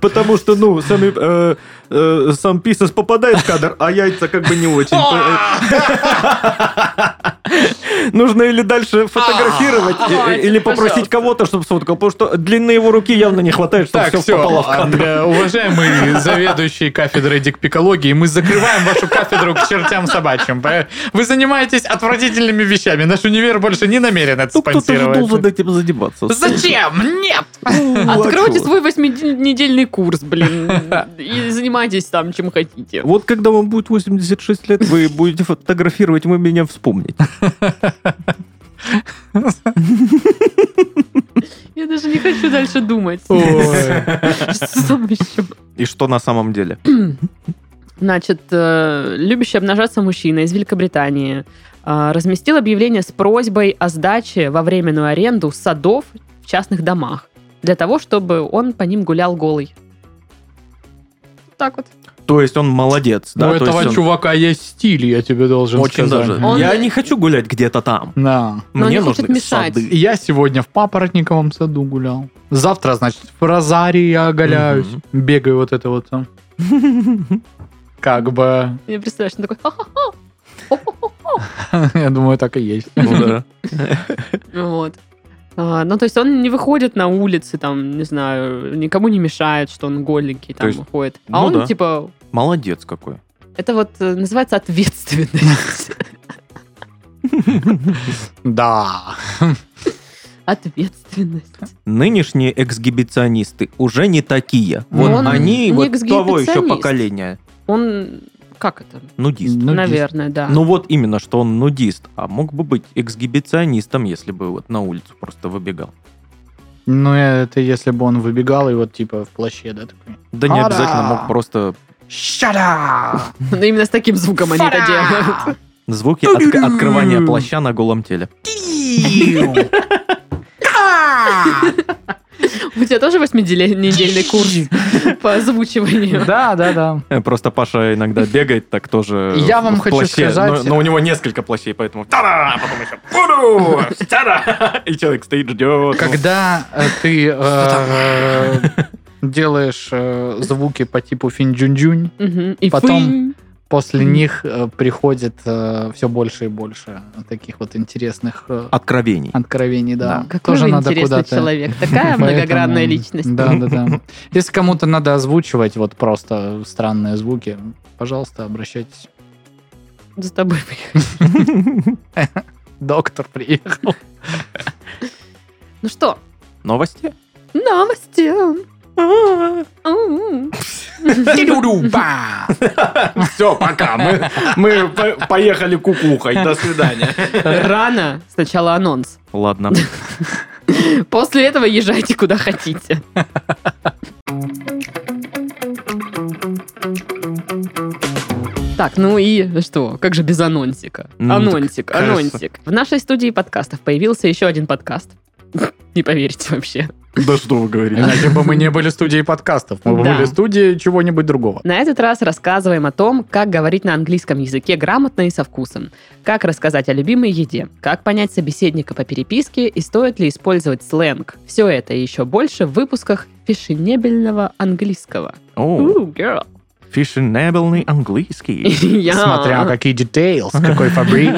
C: Потому что, ну, сами, э, э, сам писас попадает в кадр, а яйца как бы не очень. Нужно или дальше фотографировать,
A: А,
C: э, э, или попросить кого-то, чтобы сфоткал, потому что длины его руки явно не хватает, чтобы все попало в
D: а,
C: кадр.
D: э, уважаемый заведующий кафедрой дикпикологии, мы закрываем вашу кафедру к чертям собачьим. Вы занимаетесь отвратительными вещами. Наш универ больше не намерен это
E: Ну, кто-то же должен этим
A: [laughs]
E: заниматься.
D: Зачем? [laughs] Нет!
C: а
A: Откройте свой восьминедельный курс,
D: [laughs]
A: блин, и занимайтесь там, чем хотите.
E: Вот когда вам будет 86 лет, вы будете фотографировать, вы меня вспомните.
A: Я даже не хочу дальше думать. [laughs] Что там еще?
C: И что на самом деле?
A: Значит, э, любящий обнажаться мужчина из Великобритании э, разместил объявление с просьбой о сдаче во временную аренду садов в частных домах для того, чтобы он по ним гулял голый. Так вот.
C: То есть он молодец,
D: У
C: да? то
D: этого
C: есть он
D: чувака есть стиль, я тебе должен
C: Очень
D: сказать.
C: даже.
A: Он-
C: Я не хочу гулять где-то там.
D: Да.
A: Но
C: Мне
A: не хочет
C: нужны
A: мешать.
C: сады.
D: Я сегодня в папоротниковом саду гулял. Завтра, значит, в Розарии я оголяюсь. Бегаю вот это вот там. Как бы... [laughs]
A: Я представляю, что он такой... «Ха-ха-ха».
C: [laughs]
D: Я думаю, так и есть.
C: Ну да.
A: Вот. А, Ну, то есть он не выходит на улицы, там, не знаю, никому не мешает, что он голенький
C: То
A: там
C: есть,
A: выходит. А
C: ну
A: он,
C: да.
A: типа,
C: Молодец какой.
A: это вот э, называется
C: [laughs]
A: ответственность.
D: Да.
A: Ответственность.
C: нынешние эксгибиционисты уже не такие.
D: Ну,
C: Вот
D: он
C: они
A: не
C: вот того еще
A: эксгибиционист.
C: поколения.
A: Он, как это?
C: Нудист.
D: Ну,
A: Наверное, да.
C: Ну вот именно, что он нудист, а мог бы быть эксгибиционистом, если бы вот на улицу просто выбегал.
D: Ну, это если бы он выбегал и вот типа в плаще, да, такой.
C: Да не
D: Ара!
C: обязательно мог просто
A: Ну, именно с таким звуком они это делают.
C: звуки от- открывания плаща на голом теле.
A: У тебя тоже восьминедельный
D: [laughs]
A: курс по озвучиванию?
D: Да, да, да.
C: Э, Просто Паша иногда бегает так тоже.
D: [laughs] Я
C: в-
D: вам
C: в
D: хочу
C: плаще,
D: сказать-
C: Но, но у него несколько плащей, поэтому «Та-да!» а потом еще «Буду!» [laughs] «Та-да!» И человек стоит, ждет.
D: Когда э, ты э, делаешь э, звуки по типу финджунджунь,
A: Мгм. И
D: Потом-
A: фынь.
D: после
A: Мгм.
D: них э, приходит все больше и больше таких вот интересных э,
C: Откровений.
D: откровений, да.
A: Какой же интересный
D: [laughs]
A: человек. Такая
D: Поэтому-
A: многогранная Э, личность.
D: Да, да, да. Если кому-то надо озвучивать вот просто странные звуки, пожалуйста, обращайтесь.
A: За тобой приехали.
D: Доктор приехал.
A: Ну что,
C: Новости?
A: новости.
D: А. [laughs]
A: Ау.
C: Все, пока. Мы, мы по- поехали кукухой. До свидания.
A: Рано. Сначала анонс.
C: Ладно.
A: После этого езжайте куда хотите. Так, ну и что? Как же без анонсика?
C: Ну,
A: Анонсик,
C: кажется.
A: анонсик. В нашей студии подкастов появился еще один подкаст. [laughs] Не поверите вообще.
C: Да что вы говорите?
D: Иначе бы мы не были студией подкастов, мы бы
A: Да.
D: были студией чего-нибудь другого.
A: На этот раз рассказываем о том, как говорить на английском языке грамотно и со вкусом, как рассказать о любимой еде, как понять собеседника по переписке и стоит ли использовать сленг. Все это и еще больше в выпусках фешенебельного английского.
C: О,
A: Ooh, girl.
C: фешенебельный английский.
A: [laughs] Я.
D: Смотря какие details, какой фабрик.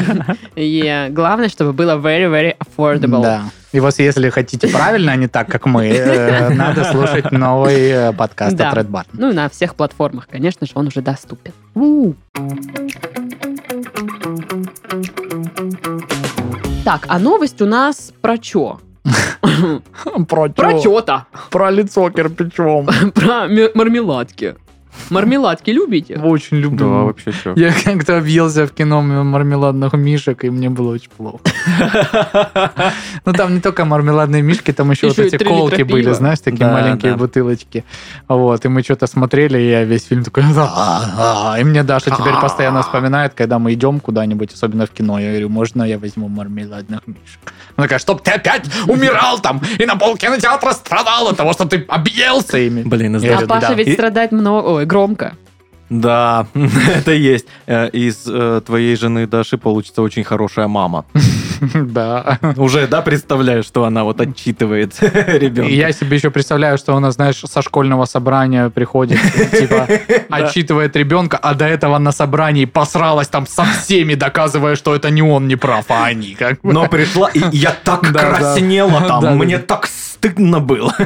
A: Yeah. Главное, чтобы было very, very affordable.
D: Да. И вот если хотите правильно, а не так, как мы, э, надо слушать новый э, подкаст
A: Да.
D: от Red Barn.
A: Ну и на всех платформах, конечно же, он уже доступен.
D: [laughs]
A: Так, а новость у нас про чё?
D: Про,
A: Про
D: чё?
A: чё-то. [laughs]
D: Про лицо [laughs] кирпичом.
A: Про мер- мармеладки. Мармеладки любите?
D: Очень люблю.
C: Да, вообще все.
D: [laughs] Я как-то объелся в кино мармеладных мишек, и мне было очень
A: [laughs]
D: плохо. Ну, там не только мармеладные мишки, там еще вот
A: Еще и
D: эти
A: три литра
D: колки
A: пива.
D: были, знаешь, такие
E: Да,
D: маленькие
E: да.
D: бутылочки. Вот, и мы что-то смотрели, и я весь фильм такой... [laughs] «А-а-а». И мне Даша теперь постоянно вспоминает, когда мы идем куда-нибудь, особенно в кино, я говорю, можно я возьму мармеладных мишек? Она такая, чтоб
A: [laughs]
D: ты опять умирал там, и на пол кинотеатра страдал от того, что ты объелся ими.
C: Блин, из-
D: Я
A: А
D: говорю,
A: Паша
D: да.
A: ведь
C: И-
A: страдает много... Ой, громко.
C: Да, [laughs] это есть. Э, Из э, твоей жены Даши получится очень хорошая мама.
D: [laughs] Да.
C: Уже, да, представляешь, что она вот отчитывает [laughs]
D: И
C: ребенка?
D: я себе еще представляю, что она, знаешь, со школьного собрания приходит, [laughs] типа, отчитывает ребенка, а до этого на собрании посралась там со всеми, доказывая, что это не он не прав, а они. Как бы.
C: Но пришла, и я так
D: Да, да.
C: краснела там,
D: Да, да,
C: мне
D: да.
C: так стыдно было.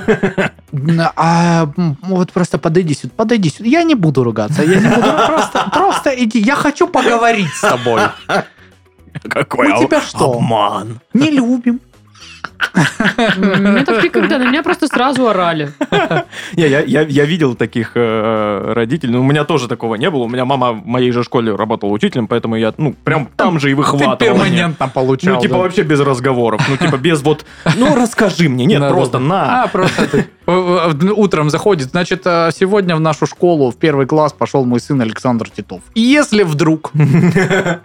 D: А м, вот просто подойди сюда, подойди сюда. Я не буду ругаться, я не буду. Просто, просто иди, я хочу поговорить с [laughs] тобой.
C: Какой
D: Мы тебя что?
C: обман.
D: Не любим.
A: Мне так никогда, на меня просто сразу орали.
C: Не, я, я, я видел таких э, родителей, но у меня тоже такого не было. У меня мама в моей же школе работала учителем, поэтому я, ну, прям там же и выхватывал.
D: Ты перманентно получал.
C: Ну, типа,
D: да.
C: вообще без разговоров. Ну, типа, без вот, ну, расскажи мне. Нет,
D: Да,
C: просто
D: да, да.
C: на.
D: А, просто ты. В- в- Утром заходит. Значит, э, сегодня в нашу школу в первый класс пошел мой сын Александр Титов. И если
C: [laughs]
D: вдруг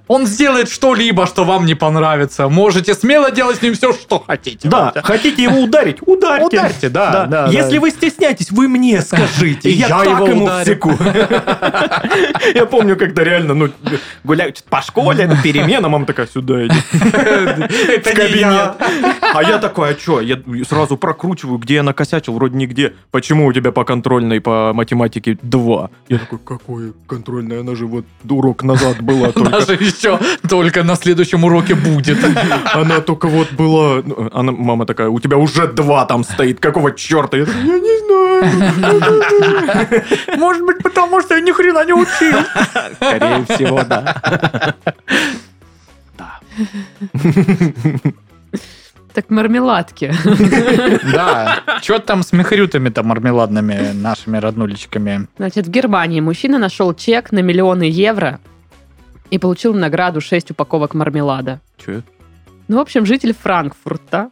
D: он сделает что-либо, что вам не понравится, можете смело делать с ним все, что хотите.
C: Да, хотите его ударить? Ударьте.
D: Ударьте, да, да, да.
C: Если вы стесняетесь, вы мне скажите.
D: И
C: Я,
D: я
C: так
D: его
C: ему
D: ударю.
C: всеку. [laughs] Я помню, когда реально, ну, гуляют по школе, на перемена, мама такая, сюда [laughs] иди.
D: Это
C: в кабинет. А я такой, а что? Я сразу прокручиваю, где я накосячил, вроде нигде. Почему у тебя по контрольной по математике 2? Я такой, какое контрольное? Она же вот урок назад [laughs] была только.
D: Даже еще только на следующем уроке
C: [laughs]
D: будет.
C: Она только вот была... Ну, Она, мама такая, у тебя уже два там стоит, какого черта? Я такой, «Хм, я не знаю.
D: Может быть, потому что я ни хрена не учил.
C: Скорее всего, да.
A: Так мармеладки.
D: Да. Че там с мехрютами-то мармеладными нашими роднулечками?
A: Значит, в Германии мужчина нашел чек на миллионы евро и получил в награду 6 упаковок мармелада.
C: Че?
A: Ну, в общем, житель Франкфурта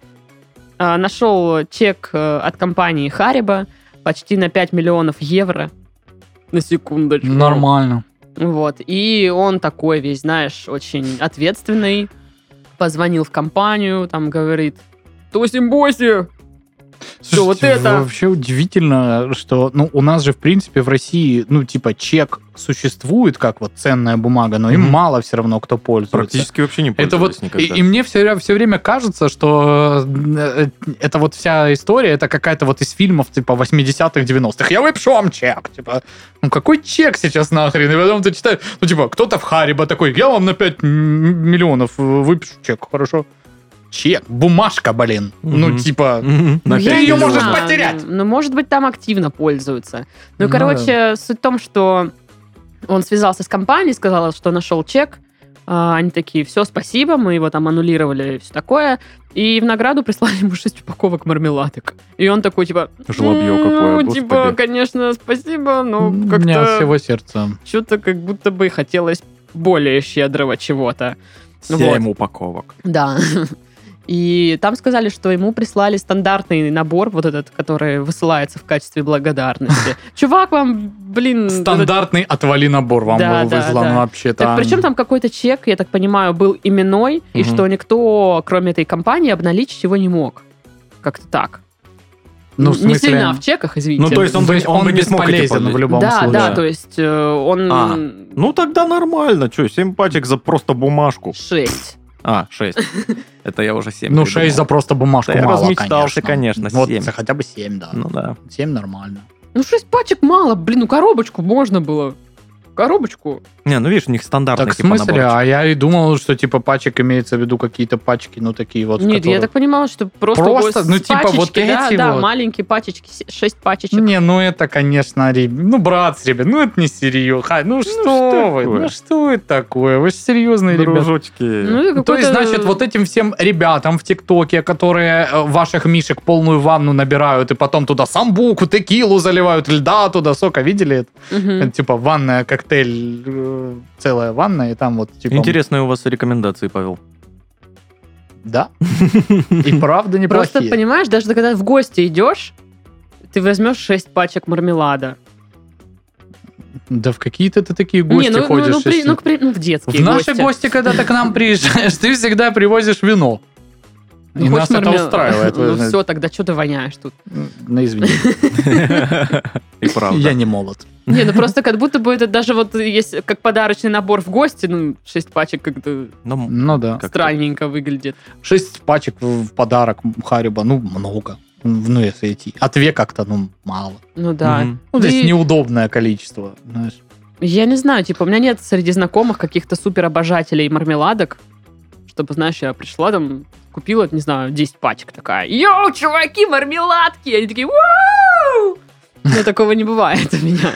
A: а, нашел чек э, от компании Хариба почти на 5 миллионов евро. На секундочку.
D: Нормально.
A: Вот. И он такой весь, знаешь, очень ответственный. Позвонил в компанию, там говорит, Тосим-боси, Всё, вот
D: Слушайте, ну,
A: это.
D: Вообще удивительно, что ну, у нас же, в принципе, в России, ну, типа, чек существует, как вот ценная бумага, но им
C: Мгм.
D: мало все равно, кто пользуется.
C: Практически вообще не
D: Это вот,
C: пользовались
D: и,
C: никогда.
D: и мне все, все время кажется, что э, это вот вся история, это какая-то вот из фильмов типа 80-х, 90-х. Я выпишу вам чек. Типа, ну какой чек сейчас нахрен? И потом ты читаешь, ну типа, кто-то в Хариба такой, я вам на 5 м- миллионов э, выпишу чек, хорошо? Чек, бумажка, блин. Ну
C: Мгм.
D: типа,
C: Мгм. На
A: Ну, я
C: пять
A: не
D: её
C: миллионов.
D: можешь
A: знаю.
D: потерять.
A: Ну, может быть, там активно пользуются. Ну,
D: Ну,
A: короче, суть в том, что он связался с компанией, сказал, что нашел чек. А, Они такие, все, спасибо, мы его там аннулировали и все такое. И в награду прислали ему 6 упаковок мармеладок. И он такой, типа,
C: Жлобьё
A: «М,
C: какое,
A: ну,
C: господи».
A: типа, конечно, спасибо, но
D: м, у меня от
A: Ну, как-то
D: всего сердца.
A: что-то как будто бы хотелось более щедрого чего-то.
D: Ну
C: Семь
A: Вот.
C: упаковок.
A: Да. И там сказали, что ему прислали стандартный набор, вот этот, который высылается в качестве
C: [laughs]
A: благодарности. Чувак, вам, блин...
D: Стандартный отвали набор вам
A: Да,
D: был
A: да,
D: выслан
A: да.
D: вообще-то.
A: Так, причем там какой-то чек, я так понимаю, был именной, и
C: Мгм.
A: что никто, кроме этой компании, обналичить его не мог. Как-то так.
D: ну, в
A: Не
D: смысле,
A: сильно в чеках, извините.
C: Ну, то есть он бы- он бы не смог эти
D: бесполезен
C: подлить.
D: в любом
A: да,
D: случае.
A: да, то есть э, он...
C: А, Ну тогда нормально, что, семь пачек за просто бумажку.
A: Шесть.
C: А, шесть. Это я уже семь.
D: Ну,
C: придумал.
D: 6 за просто бумажку
C: Да я
D: мало,
C: размечтался, конечно,
D: Вот
C: семь.
D: за хотя бы 7, да.
C: Ну да.
D: 7 нормально.
A: Ну, шесть пачек мало, блин, ну коробочку можно было. коробочку.
C: Не, ну видишь, у них стандартные
D: Так в
C: типа
D: смысле?
C: наборчики.
D: А я и думал, что типа пачек имеется в виду какие-то пачки, ну такие вот.
A: Нет, я
D: которые-
A: так понимала, что просто,
D: Просто,
A: вот с
D: ну, типа,
A: пачечки,
D: вот
A: да,
D: эти
A: да,
D: вот.
A: маленькие пачечки, с- шесть пачечек.
D: Не, ну это, конечно, реб- ну брат, ребят, ну это не серьезно. Ну, что
E: что
D: вы,
E: такое?
D: ну что это такое? Вы же серьезные ребята.
E: Дружочки.
A: Ну, и
D: То есть,
A: какой-то-
D: значит, вот этим всем ребятам в ТикТоке, которые э, ваших мишек полную ванну набирают и потом туда самбуку, текилу заливают, льда туда, сока, видели? это?
A: Мгм.
D: Это типа ванная, коктейль, э, целая ванна, и там вот типа...
C: Интересные у вас рекомендации, [laughs] Павел.
D: Да. И правда
A: Просто,
D: неплохие.
A: понимаешь, даже когда в гости идешь, ты возьмешь шесть пачек мармелада.
D: Да в какие-то ты такие
A: не,
D: гости
A: ну, ну,
D: ходишь.
A: ну, при-
D: если-
A: ну, к при- ну, в детские
D: В наши
A: гости.
D: гости, когда ты к нам приезжаешь, ты всегда привозишь вино.
A: Ну,
D: И
A: хочешь
D: нас это
A: мармелад?
D: устраивает.
A: Ну все, тогда что ты воняешь
D: [laughs]
A: тут?
D: Ну, извини,
C: И
D: я
C: правда.
D: не молод.
A: Не, ну просто как будто бы это даже вот есть как подарочный набор в гости, ну, шесть пачек как-то
C: Ну,
D: Ну да.
C: Как-то.
A: странненько выглядит.
D: Шесть пачек в в подарок Хариба, ну, много. Ну, если идти. А две как-то, ну, мало.
A: Ну да.
C: мгм.
D: Ну,
A: Да
D: здесь
A: и-
D: неудобное количество, знаешь.
A: Я не знаю, типа, у меня нет среди знакомых каких-то супер обожателей мармеладок, чтобы, знаешь, я пришла там, купила, не знаю, 10 пачек такая. Йоу, чуваки, мармеладки! Они такие, «Вау!» Но такого не бывает у меня.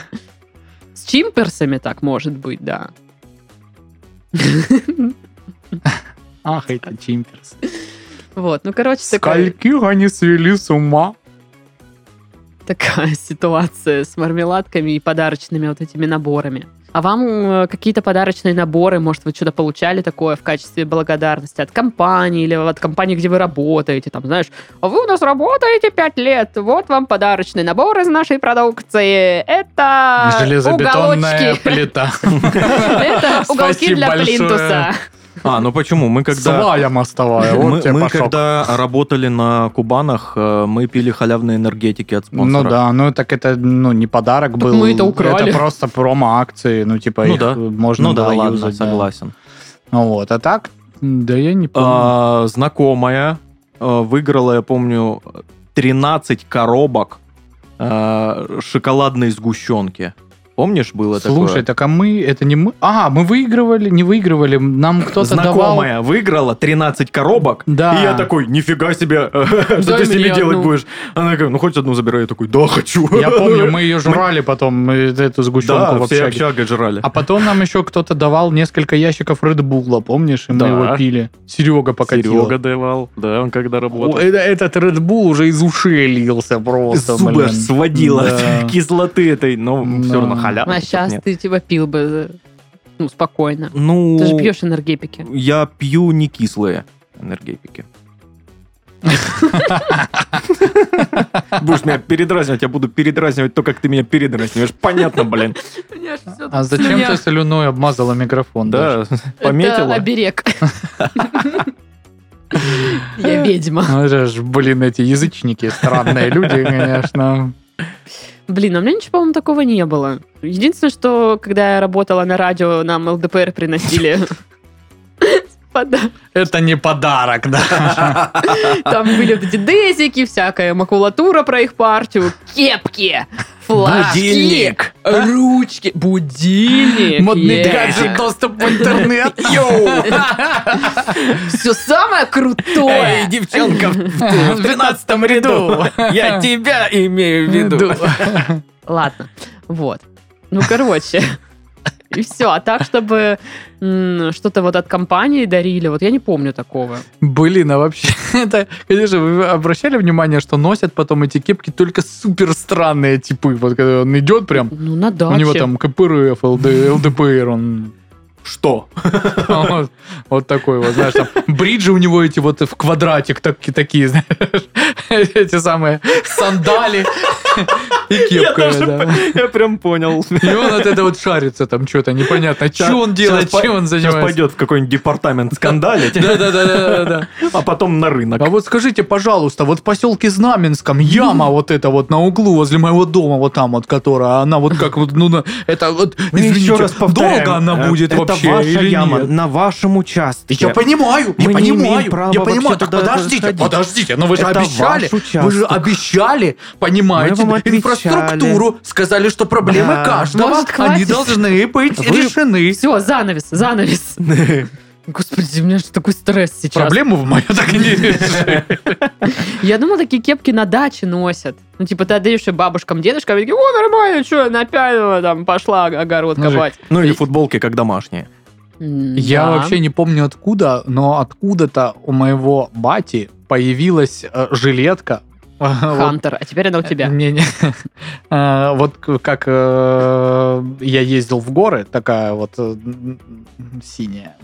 A: С чимперсами так может быть, да.
D: Ах, эти чимперсы.
A: Вот, ну, короче, такая,
D: Скольких они свели с ума?
A: такая [laughs] ситуация с мармеладками и подарочными вот этими наборами. А вам э, какие-то подарочные наборы, может, вы что-то получали такое в качестве благодарности от компании или от компании, где вы работаете, там, знаешь, «А вы у нас работаете пять лет, вот вам подарочный набор из нашей продукции. Это
D: Железобетонная
A: А,
D: [laughs]
A: уголочки,
D: плита.
A: это уголки
D: Спасибо
A: для
D: большое.
A: плинтуса.
C: А, ну почему? Мы когда...
D: Свая мостовая,
C: Мы,
D: Э, вот тебе
C: мы
D: пошел.
C: когда работали на Кубанах, э, мы пили халявные энергетики от спонсора.
D: Ну да, ну так это ну не подарок был.
A: мы это украли.
D: Это просто промо-акции, ну типа
C: Ну
D: их
C: да.
D: можно
C: Ну да,
D: было
C: ладно,
D: юзать, да.
C: согласен.
D: Ну вот, а так, да я не помню.
C: А, знакомая э, выиграла, я помню, 13 коробок э, шоколадной сгущенки. Помнишь, было
D: Слушай,
C: такое?
D: так а мы, это не мы. А, мы выигрывали, не выигрывали, нам кто-то давал.
C: Знакомая выиграла 13 коробок.
D: Да.
C: И я такой, нифига себе, э, [laughs] что
A: Дай
C: ты с ними
A: мне
C: делать
A: одну.
C: будешь? Она такая, ну хоть одну забирай. Я такой, да, хочу.
D: Я помню, мы
C: [laughs]
D: ее жрали потом, мы эту сгущенку
C: Да,
D: в
C: все
D: общаге.
C: общага жрали.
D: А потом нам еще кто-то давал несколько ящиков Редбула, помнишь? И мы
C: Да.
D: его пили. Серега покатил.
C: Серега давал, да, он когда
D: О,
C: работал.
D: э- этот Редбул уже из ушей лился просто.
C: Зубы
D: блин.
C: аж сводило
D: Да.
C: от [laughs] кислоты этой, но
D: Да.
C: все равно халява.
A: А сейчас
C: Нет.
A: ты типа пил бы, ну, спокойно.
C: Ну,
A: Ты же пьешь энергетики.
C: я пью не кислые энергетики. Будешь меня передразнивать, я буду передразнивать то, как ты меня передразниваешь. Понятно, блин.
D: А зачем ты слюной обмазала микрофон? Даша?
C: Ну, Да,
A: Это
C: пометила.
A: оберег. Я ведьма.
D: Ну, это ж, блин, эти язычники, странные
C: [laughs]
D: люди, конечно.
A: Блин, а у меня ничего, по-моему, такого не было. Единственное, что когда я работала на радио, нам ЛДПР приносили. Пода-
D: Это не подарок, да.
A: Там были вот эти дезики, всякая макулатура про их партию, кепки, флажки,
C: Будильник.
A: ручки, будильник.
D: Модный гаджет, доступ в интернет. [laughs] Йоу!
A: Все самое крутое.
D: [laughs]
C: девчонка в двенадцатом ряду, [laughs] я тебя имею в виду.
A: Ладно, вот. Ну, короче. [laughs] И все. А так, чтобы м, что-то вот от компании дарили, вот я не помню такого.
D: Блин, а вообще, [laughs] это, конечно, вы обращали внимание, что носят потом эти кепки только супер странные типы. Вот когда он идет прям,
A: Ну, на даче.
D: у него там КПРФ, ЛД, ЛДПР, он
C: Что?
D: вот, вот такой вот, знаешь, там бриджи у него эти вот в квадратик так- такие, знаешь, [laughs] эти самые сандали и кепка. да.
C: Я прям понял.
D: И он от этого вот шарится там что-то непонятно. Что он делает,
C: Сейчас
D: чем
C: по-
D: он
C: сейчас
D: занимается.
C: пойдет в какой-нибудь департамент скандалить,
D: Да-да-да-да-да.
C: а потом на рынок.
D: А вот скажите, пожалуйста, вот в поселке Знаменском яма вот эта вот на углу возле моего дома, вот там вот, которая, она вот как вот, ну, на- это вот,
C: Мы
D: извините,
C: еще раз повторяем,
D: долго она
C: э,
D: будет
C: это это
D: вообще
C: ваша
D: или
C: яма
D: нет?
C: на вашем участке.
D: Я понимаю,
C: Мы
D: я
C: не имеем
D: понимаю,
C: права
D: я
C: вообще
D: понимаю. Так
C: туда
D: подождите,
C: заходить.
D: подождите, но вы же
C: Это
D: обещали,
C: ваш участок.
D: вы же обещали, понимаете,
C: Мы вам отвечали.
D: инфраструктуру, сказали, что проблемы
C: Да.
D: каждого,
A: Может,
D: они
A: хватит?
D: должны быть
C: Вы- [laughs]
D: решены.
A: Все, занавес, занавес.
C: Ну
A: Господи, у меня же такой стресс сейчас.
D: Проблему в мою [laughs] так и не решили.
A: Я думала, такие кепки на даче носят. Ну, типа, ты отдаешь её бабушкам, дедушкам, они такие, о, нормально, что, напялила, там, пошла огород
D: Ну же,
A: копать.
C: Ну или футболки как домашние.
A: М,
D: Я
A: да.
D: вообще не помню откуда, но откуда-то у моего бати появилась э, жилетка. [laughs] Вот Э,
A: Хантер, а теперь она у тебя.
D: Не, [laughs] не. А, Вот к- как э, я ездил в горы, такая вот э, м, м, синяя.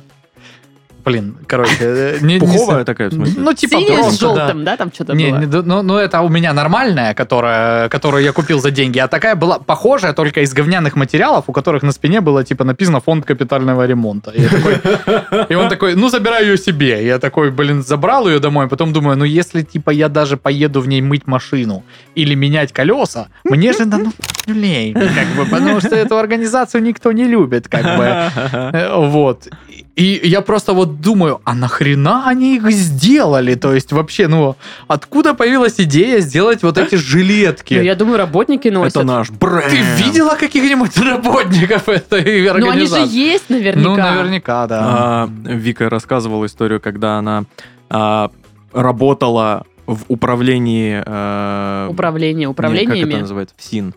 D: Блин, короче,
C: [laughs]
D: э, не- не
C: Пуховая
D: знаю.
C: такая, в смысле? [laughs]
D: Ну, типа
A: Синяя
D: просто,
A: с желтым, да, там
D: да.
A: что-то
D: Не,
A: было?
D: не, да, ну, ну, это у меня нормальная, которая, которую я купил за деньги, а такая была похожая только из говняных материалов, у которых на спине было типа написано фонд капитального ремонта. И я такой- и он такой, ну забирай ее себе. Я такой, блин, забрал ее домой, потом думаю, ну если типа я даже поеду в ней мыть машину или менять колеса, мне же да ну лень, как бы, потому что эту организацию никто не любит, как
C: [laughs]
D: бы. Э, Вот. И я просто вот думаю, а нахрена они их сделали? То есть вообще, ну, откуда появилась идея сделать вот эти жилетки?
A: Ну, я думаю, работники
C: Это
A: носят.
C: наш бренд.
D: Ты видела каких-нибудь [laughs] работников этой
A: Ну, они же
D: организации?
A: есть наверняка.
D: Ну, наверняка, да.
C: А, Вика рассказывала историю, когда она а, работала в управлении... а,
A: Управление,
C: не, Как это
A: управлениями.
C: называется? В СИН.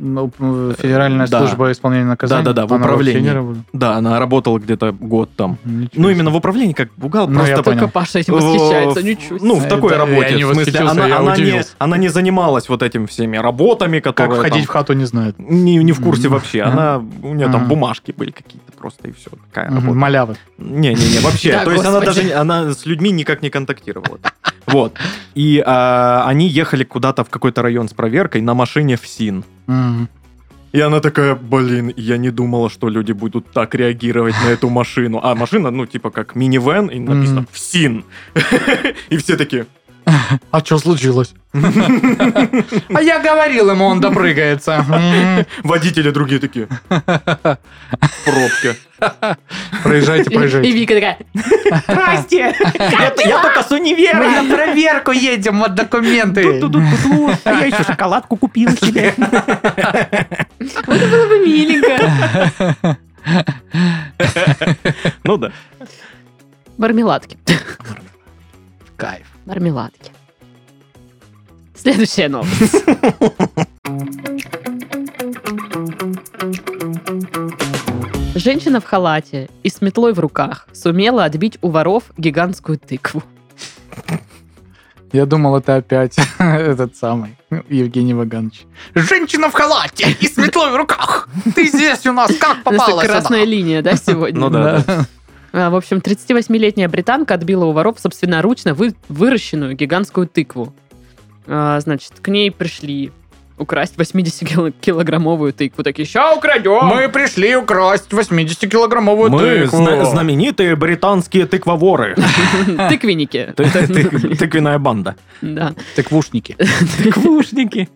D: Ну, м, Федеральная
C: Да.
D: служба исполнения наказаний.
C: Да-да-да, в
D: Она вообще
C: управлении.
D: не работает?
C: Да, она работала где-то год там.
D: Ничего
C: Ну,
D: себе.
C: именно в управлении, как бухгалтер.
D: Ну, я
C: просто
D: понял.
A: Только Паша этим
C: в-
A: восхищается. Ничего
C: Ну, в
A: себе.
C: такой
D: Э, Да, я
C: работе.
D: не
C: в смысле,
D: восхитился,
C: она,
D: я
C: она не,
D: удивился.
C: она не занималась вот этим всеми работами,
D: Как
C: которые...
D: входить в А.
C: там-
D: хату, не знает.
C: Не, не в курсе вообще.
D: Мгм.
C: Она, у нее там
D: Мгм.
C: бумажки были какие-то просто, и все. Такая работа.
D: Малявы.
C: Не-не-не, вообще.
A: Да,
C: То есть она
A: господи.
C: даже не- она с людьми никак не контактировала. Вот. И а, они ехали куда-то в какой-то район с проверкой на машине в СИН.
D: М.
C: И она такая, блин, я не думала, что люди будут так реагировать на эту машину. А машина, ну, типа, как минивэн, и написано
D: Мгм.
C: в СИН. [laughs] И все такие,
D: А что случилось? [laughs] А я говорил ему,
A: [laughs]
D: он допрыгается. М.
C: водители другие такие, пробки.
D: Проезжайте,
C: типа,
A: И и
D: проезжайте.
A: Вика такая,
B: Здрасте!
C: Я только с универа.
D: Мы на проверку едем, вот документы.
B: А я еще шоколадку купил себе.
A: вот это было бы миленько.
C: Ну да.
A: Мармеладки.
D: Кайф.
A: Мармеладки. Следующая новость. Женщина в халате и с метлой в руках сумела отбить у воров гигантскую тыкву.
D: Я думал, это опять [laughs] этот самый ну, Евгений Ваганович. Женщина в халате и с метлой в руках. Ты здесь у нас как
A: Это
D: попала
A: красная
D: сюда?
A: линия, да, сегодня?
C: Ну да.
A: А, В общем, 38-летняя британка отбила у воров собственноручно вы- выращенную гигантскую тыкву. А, Значит, к ней пришли украсть 80-килограммовую тыкву. Такие,
D: [laughs]
A: ща украдем!
D: Мы пришли украсть 80-килограммовую
C: Мы
D: тыкву.
C: зна- знаменитые британские тыквоворы.
A: Тыквенники.
C: Ты- ты- ты- Тыквенная банда.
A: Да.
D: [laughs] Тыквушники.
C: Тыквушники.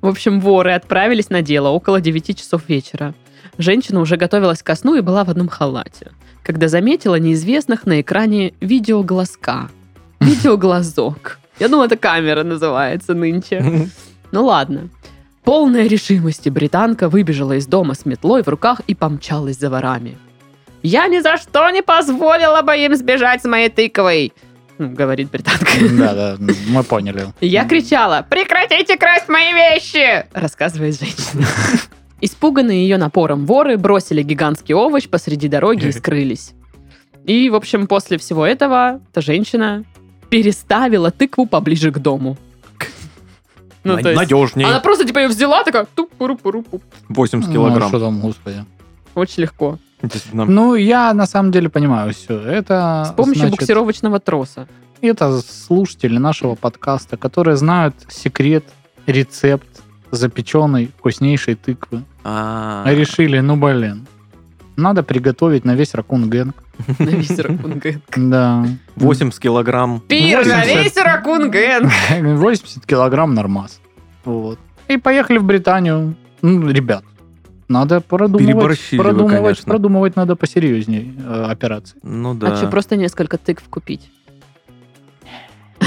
A: В общем, воры отправились на дело около 9 часов вечера. Женщина уже готовилась ко сну и была в одном халате, когда заметила неизвестных на экране видеоглазка. Видеоглазок. Я думаю, это камера называется нынче. Ну ладно. Полная решимости британка выбежала из дома с метлой в руках и помчалась за ворами. «Я ни за что не позволила бы им сбежать с моей тыквой!» ну, говорит британка.
D: Да-да, мы поняли.
A: Я кричала «Прекратите красть мои вещи!» рассказывает женщина. Испуганные ее напором воры бросили гигантский овощ посреди дороги и скрылись. И, в общем, после всего этого эта женщина переставила тыкву поближе к дому. Ну, то есть,
C: Надежнее.
A: она просто типа ее взяла, такая туп пуру пуру пуп
C: 80
D: Ну,
C: килограмм.
D: что там, господи.
A: Очень легко.
C: Действительно.
D: Ну, я на самом деле понимаю все. Это
A: С помощью
D: А, значит,
A: буксировочного троса.
D: Это слушатели нашего подкаста, которые знают секрет, рецепт запеченной вкуснейшей тыквы.
C: А.
D: А Решили, ну блин, надо приготовить на весь ракунгенг.
A: На весь ракун гэнг.
D: Да. [laughs]
C: 80 килограмм.
A: Пир на
D: 80.
A: весь ракун гэнг.
D: 80 килограмм нормас. Вот. И поехали в Британию. Ну, ребят, Надо продумывать,
E: Переборщили вы,
D: продумывать,
E: конечно.
D: продумывать надо посерьезней э, операции.
E: Ну да.
A: А что, просто несколько тыкв
C: [laughs]
A: купить?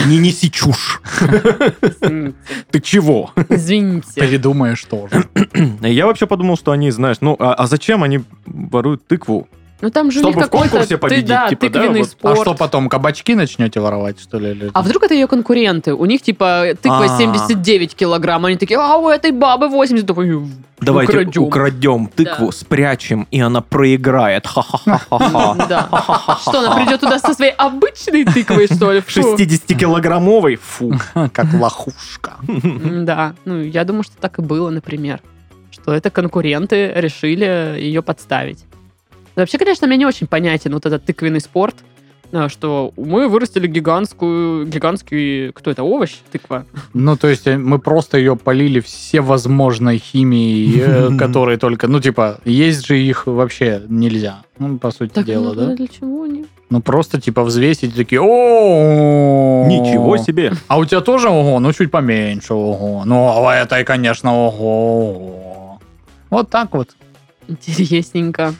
C: Не неси чушь.
A: Извините.
C: Ты чего?
A: Извините.
D: Придумаешь тоже.
C: Я вообще подумал, что они, знаешь, ну, а, а зачем они воруют тыкву?
A: Ну там же у них
C: Чтобы в
A: какой-то...
C: конкурсе победить,
A: ты- Да,
C: типа, да,
A: тыквенный
C: вот.
D: А
A: спорт.
D: что потом, кабачки начнете воровать, что ли? или-
A: А вдруг это ее конкуренты? У них, типа, тыква
C: А.
A: 79 килограмм. Они такие, а у этой бабы 80. Такой,
C: Давайте
A: Украдем.
C: украдем, тыкву,
A: Да.
C: спрячем, и она проиграет. Ха-ха-ха-ха-ха.
A: да. Что, она придет туда со своей обычной тыквой, что
C: [laughs]
A: ли? Фу.
C: 60-килограммовый? Фу.
D: [laughs] Как лохушка.
A: Да, ну я думаю, что так и было, например. Что это конкуренты решили ее подставить. Но вообще, конечно, мне не очень понятен вот этот тыквенный спорт, а, что мы вырастили гигантскую, гигантский, кто это, овощ, [laughs] тыква?
D: Ну, то есть э, мы просто ее полили всевозможной
C: [laughs]
D: химией, э, которые только... Ну, типа, есть же их вообще нельзя. Ну, по сути дела, да?
A: для чего они?
D: Ну, просто, типа, взвесить и такие... о
C: Ничего себе.
D: А у тебя тоже ого? Ну, чуть поменьше ого. Ну, а это, и, конечно, ого. ого». Вот так вот. [laughs]
A: Интересненько.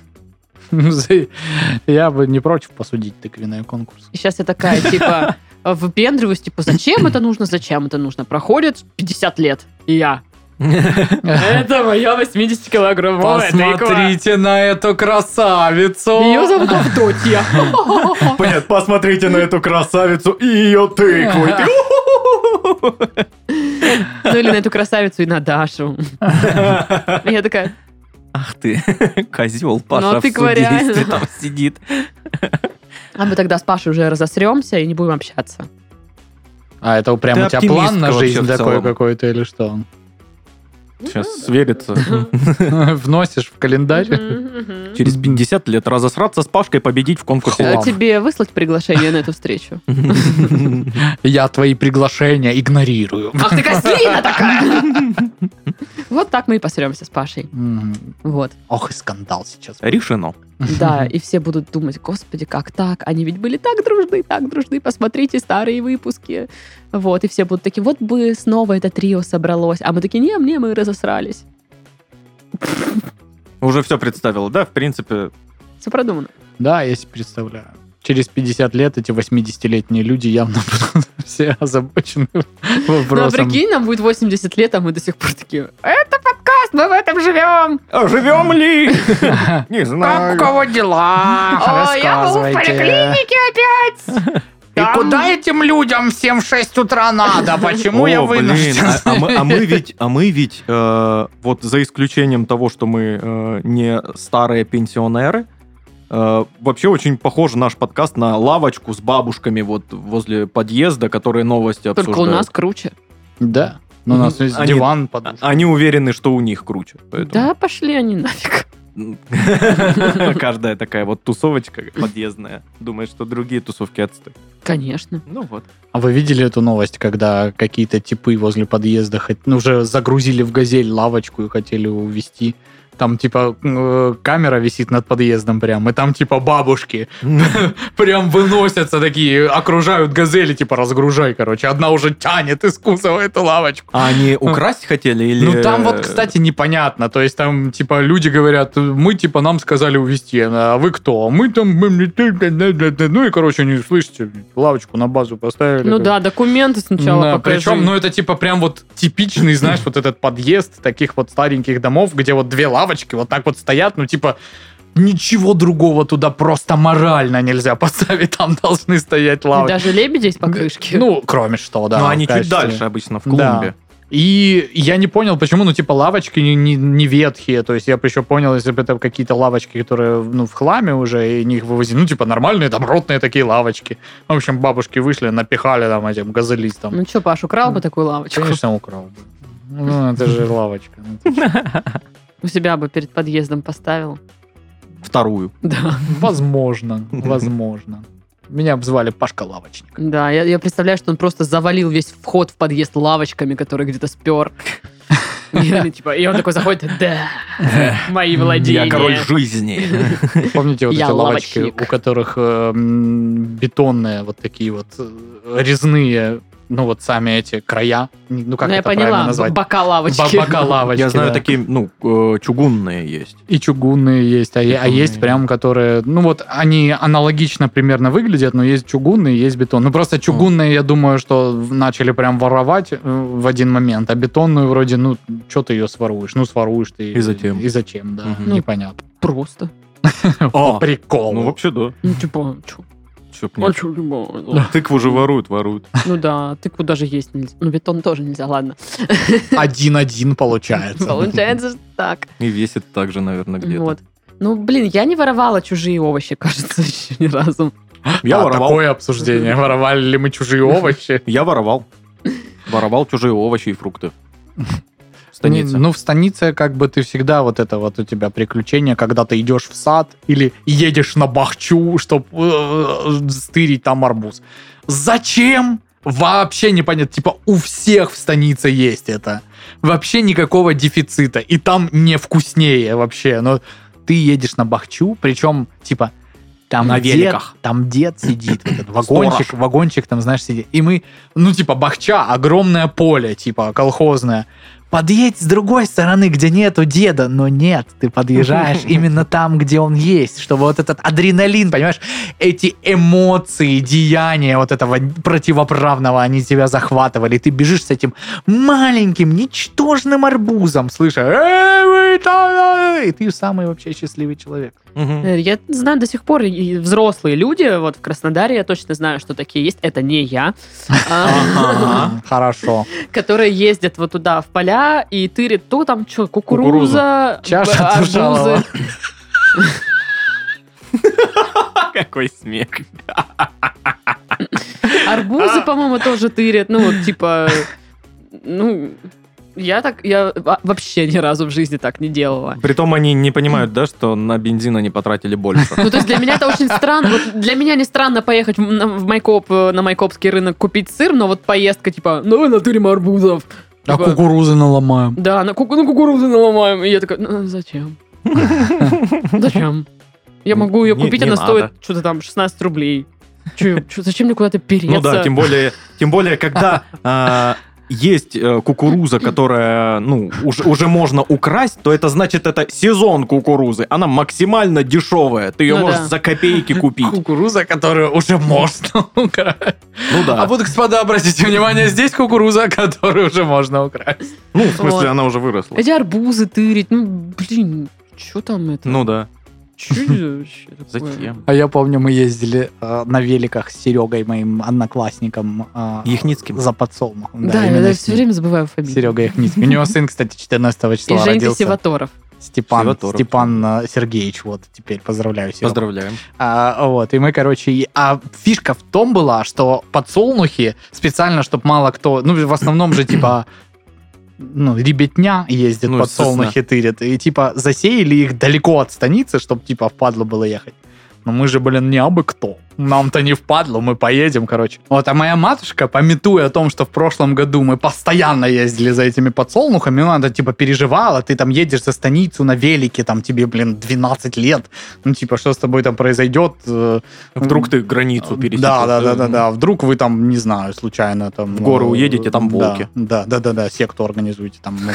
D: Я бы не против посудить тыквенные
C: [laughs]
D: конкурсы.
A: И сейчас я такая, типа, выпендриваюсь, типа, зачем это нужно, зачем это нужно? Проходит 50 лет, и я. Это моя 80-килограммовая тыква.
D: на эту красавицу!
A: Ее зовут [laughs] Авдотья.
C: Понятно, посмотрите на эту красавицу и ее тыкву. И ты, «У-ху-ху-ху-ху».
A: Ну или на эту красавицу и на [laughs] Дашу. И Я такая,
E: Ах ты, [laughs] козел Паша
A: Ну,
E: в
A: тыква
E: судействе [laughs]
A: реально.
E: там сидит.
A: а мы тогда с Пашей уже разосремся и не будем общаться.
D: А это прям
E: Ты
D: у тебя план
E: оптимистка
D: на
E: вообще
D: жизнь
E: в
D: такой
E: целом.
D: какой-то или что?
C: Сейчас сверится.
D: Вносишь в календарь?
A: Мгм, мгм.
C: Через 50 лет разосраться с Пашкой, победить в конкурсе.
A: Э,
D: Хлам.
A: Тебе выслать приглашение на эту встречу?
D: Я твои приглашения игнорирую.
A: [laughs] Ах ты кослина такая! [laughs] Вот так мы и посремся с Пашей.
D: М,
A: Вот.
D: Ох, и скандал сейчас.
C: Решено.
A: [laughs] Да, и все будут думать, господи, как так? Они ведь были так дружны, так дружны, посмотрите старые выпуски. Вот, и все будут такие, вот бы снова это трио собралось. А мы такие, не, не, мы разосрались.
C: Уже все представил, да? В принципе,
A: Все продумано.
D: Да, я себе представляю. Через 50 лет эти 80-летние люди явно [laughs] будут все озабочены
A: Ну, а
D: вопросом.
A: прикинь, нам будет 80 лет, а мы до сих пор такие, это подкаст, мы в этом живем.
C: а
E: [laughs]
C: живем ли? Не знаю.
B: кого дела?
D: [laughs]
A: О, я был в поликлинике опять.
D: И куда этим людям всем в 6 утра надо? Почему я
C: О, блин,
D: вынужден?
C: а- а мы- А мы ведь, а мы ведь, э, вот за исключением того, что мы э, не старые пенсионеры, э, вообще очень похож наш подкаст на лавочку с бабушками вот возле подъезда, которые новости обсуждают.
A: Только у нас круче.
D: Да. Ну, у нас есть
C: Они-
D: диван,
C: А-
D: подушка.
C: Они уверены, что у них круче.
A: Да, пошли они нафиг. [laughs]
C: Да. [laughs] Каждая такая вот тусовочка подъездная думает, что другие тусовки отстой.
A: Конечно.
C: Ну вот.
D: А вы видели эту новость, когда какие-то типы возле подъезда хот- ну, уже загрузили в газель лавочку и хотели увезти? Там, типа, э, камера висит над подъездом прям, и там, типа, бабушки прям выносятся такие, окружают газели, типа, разгружай, короче. Одна уже тянет из кузова эту лавочку.
C: А они украсть хотели или... э,
D: Ну, там вот, кстати, непонятно. То есть, там, типа, люди говорят, мы, типа, нам сказали увезти. А вы кто? А Мы там... мы- Ну, и, короче, не слышите, лавочку на базу поставили.
A: Ну да, документы сначала
D: Да,
A: покажи.
D: причем, ну, это, типа, прям вот типичный, знаешь, вот этот подъезд таких вот стареньких домов, где вот две лавочки вот так вот стоят, ну, типа, ничего другого туда просто морально нельзя [laughs] поставить. Там должны стоять лавочки.
A: Даже лебеди из покрышки.
D: Ну, кроме что, да.
C: Но они чуть
D: конечно.
C: дальше обычно в клумбе.
D: И я не понял, почему, ну, типа, лавочки не, не- не ветхие. То есть я бы еще понял, если бы это какие-то лавочки, которые, ну, в хламе уже, и не их вывозили. Ну, типа, нормальные, там, ротные такие лавочки. В общем, бабушки вышли, напихали там этим газелистам.
A: Ну что, Паш, украл бы такую лавочку?
D: Конечно, украл бы. Ну, это же лавочка.
A: [laughs]
D: Ну, ты-
A: У себя бы перед подъездом поставил. [laughs]
C: Вторую.
A: Да,
D: Возможно, возможно. Меня обзвали Пашка Лавочник.
A: да. Я, я представляю, что он просто завалил весь вход в подъезд лавочками, которые где-то
D: [laughs]
A: спер. И, они типа, и он такой заходит, да, мои владения.
C: жизни.
D: Помните вот
A: Я
D: эти лавочки, эм,
A: лавочник.
D: у которых э, м, бетонные вот такие вот э, резные ну вот сами эти края, ну как
A: ну, я
D: это правильно
A: поняла,
D: назвать?
A: бакалавочки.
D: Ба- бакалавочки,
C: Я знаю,
D: да.
C: такие, ну, э, чугунные есть.
D: И чугунные есть, а, е- а
C: Чугунные.
D: есть прям, которые, ну вот они аналогично примерно выглядят, но есть чугунные, есть бетон. Ну просто чугунные, я думаю, что в- начали прям воровать э, в один момент, а бетонную вроде, ну что ты ее своруешь? Ну своруешь ты.
C: И зачем?
D: И зачем, да,
C: Мгм.
D: непонятно.
A: Просто.
C: А,
D: Прикол.
C: ну вообще да.
A: Ну, типа, чё?
C: Чё б
A: А
C: нет.
A: чё, типа,
C: Тыкву же воруют, воруют.
A: Ну да, тыкву даже есть нельзя. Ну, бетон тоже нельзя,
D: [laughs]
A: ладно.
D: Один-один получается.
A: Получается что так.
C: И весит так же, наверное, где-то.
A: Вот. Ну, блин, я не воровала чужие овощи, кажется, [laughs] еще ни разу.
C: Я
D: А,
C: воровал.
D: Такое обсуждение. Воровали ли мы
C: [laughs]
D: чужие овощи?
C: Я воровал. Воровал чужие овощи и фрукты. В станице.
D: Ну, в станице как бы ты всегда вот это вот у тебя приключение, когда ты идешь в сад или едешь на бахчу, чтобы стырить там арбуз. Зачем? Вообще непонятно. Типа у всех в станице есть это. Вообще никакого дефицита. И там не вкуснее вообще. Но ты едешь на бахчу, причем типа там
C: На
D: дед,
C: великах.
D: там дед сидит, вот
C: [clears throat]
D: этот вагончик, вагончик там, знаешь, сидит. И мы, ну, типа, бахча, огромное поле, типа, колхозное. Подъедь с другой стороны, где нету деда. Но нет, ты [laughs] подъезжаешь именно там, где он есть. Чтобы вот этот адреналин, понимаешь, эти эмоции, деяния вот этого противоправного, они тебя захватывали. И ты бежишь с этим маленьким, ничтожным арбузом, слыша «Эй, вы там!» э, И ты самый вообще счастливый человек.
C: Мгм.
A: Э, Я знаю до сих пор и взрослые люди, вот в Краснодаре я точно знаю, что такие есть, это не я, а,
D: Ага, Хорошо.
A: [laughs] которые ездят вот туда в поля и тырят то там что, кукуруза,
C: Кукуруза.
D: Чаша
A: б- арбузы.
D: Тушалова.
C: Какой смех.
D: [laughs]
A: Арбузы, по-моему, тоже тырят. Ну, вот, типа, ну, я так, я во- вообще ни разу в жизни так не делала.
C: Притом они не понимают, да, что на бензин они потратили больше.
A: Ну, то есть для меня это очень странно. Вот для меня не странно поехать в, на- в Майкоп, э, на Майкопский рынок купить сыр, но вот поездка, типа, ну, натырим арбузов.
D: А
A: Типа,
D: кукурузы наломаем.
A: Да, на куку- ну, кукурузы наломаем. И я такая, ну,
D: [laughs]
A: зачем? Зачем? Я могу ее
C: Не-
A: купить,
C: не
A: она
C: надо.
A: стоит что-то там 16 рублей. Чё- чё, зачем мне куда-то переться?
C: Ну да, тем более, тем
D: [laughs]
C: более, когда а, есть э, кукуруза, которая, ну, уж- уже можно украсть, то это значит, это сезон кукурузы. Она максимально дешевая. Ты ее
A: Ну
C: можешь
A: да.
C: за
D: [laughs]
C: копейки купить.
D: Кукуруза, которую уже можно [laughs] украсть.
C: Ну
D: А
C: да.
D: вот, господа, обратите внимание, здесь кукуруза, которую уже можно украсть.
C: Ну, в
A: Вот.
C: смысле, она уже выросла.
A: Эти арбузы тырить, ну, блин, что там это?
C: Ну да.
A: Чё это вообще такое?
C: Зачем?
D: А я помню, мы ездили э, на великах с Серегой, моим одноклассником, э,
C: Яхницким.
D: за подсолнухом.
A: Да, я
D: именно
A: даже
D: с
A: все
D: ним.
A: время забываю фамилию.
D: Серега Яхницкий. У него сын, кстати, 14
A: И
D: числа
A: Женька
D: родился.
A: Севаторов.
D: Степан,
C: Севаторов.
D: Степан э, Сергеевич, вот теперь поздравляю Серегу.
C: Поздравляем.
D: А, вот, и мы, короче, и- а фишка в том была, что подсолнухи специально, чтобы мало кто, ну, в основном же, типа, [clears throat] ну, ребятня ездит,
C: Ну,
D: подсолнухи тырят, и, типа, засеяли их далеко от станицы, чтобы, типа, впадло было ехать. Но мы же, блин, не абы кто. Нам-то не впадло, мы поедем, короче. Вот, а моя матушка, пометуя о том, что в прошлом году мы постоянно ездили за этими подсолнухами, ну, она, типа, переживала, ты там едешь за станицу на велике, там тебе, блин, 12 лет, ну, типа, что с тобой там произойдет? э,
C: Вдруг ты границу пересекешь.
D: Да, да, да, да, да. Вдруг вы там, не знаю, случайно там...
C: э, В горы
D: э,
C: уедете, там
D: да,
C: волки.
D: Да, да, да, да, секту организуете там. [laughs]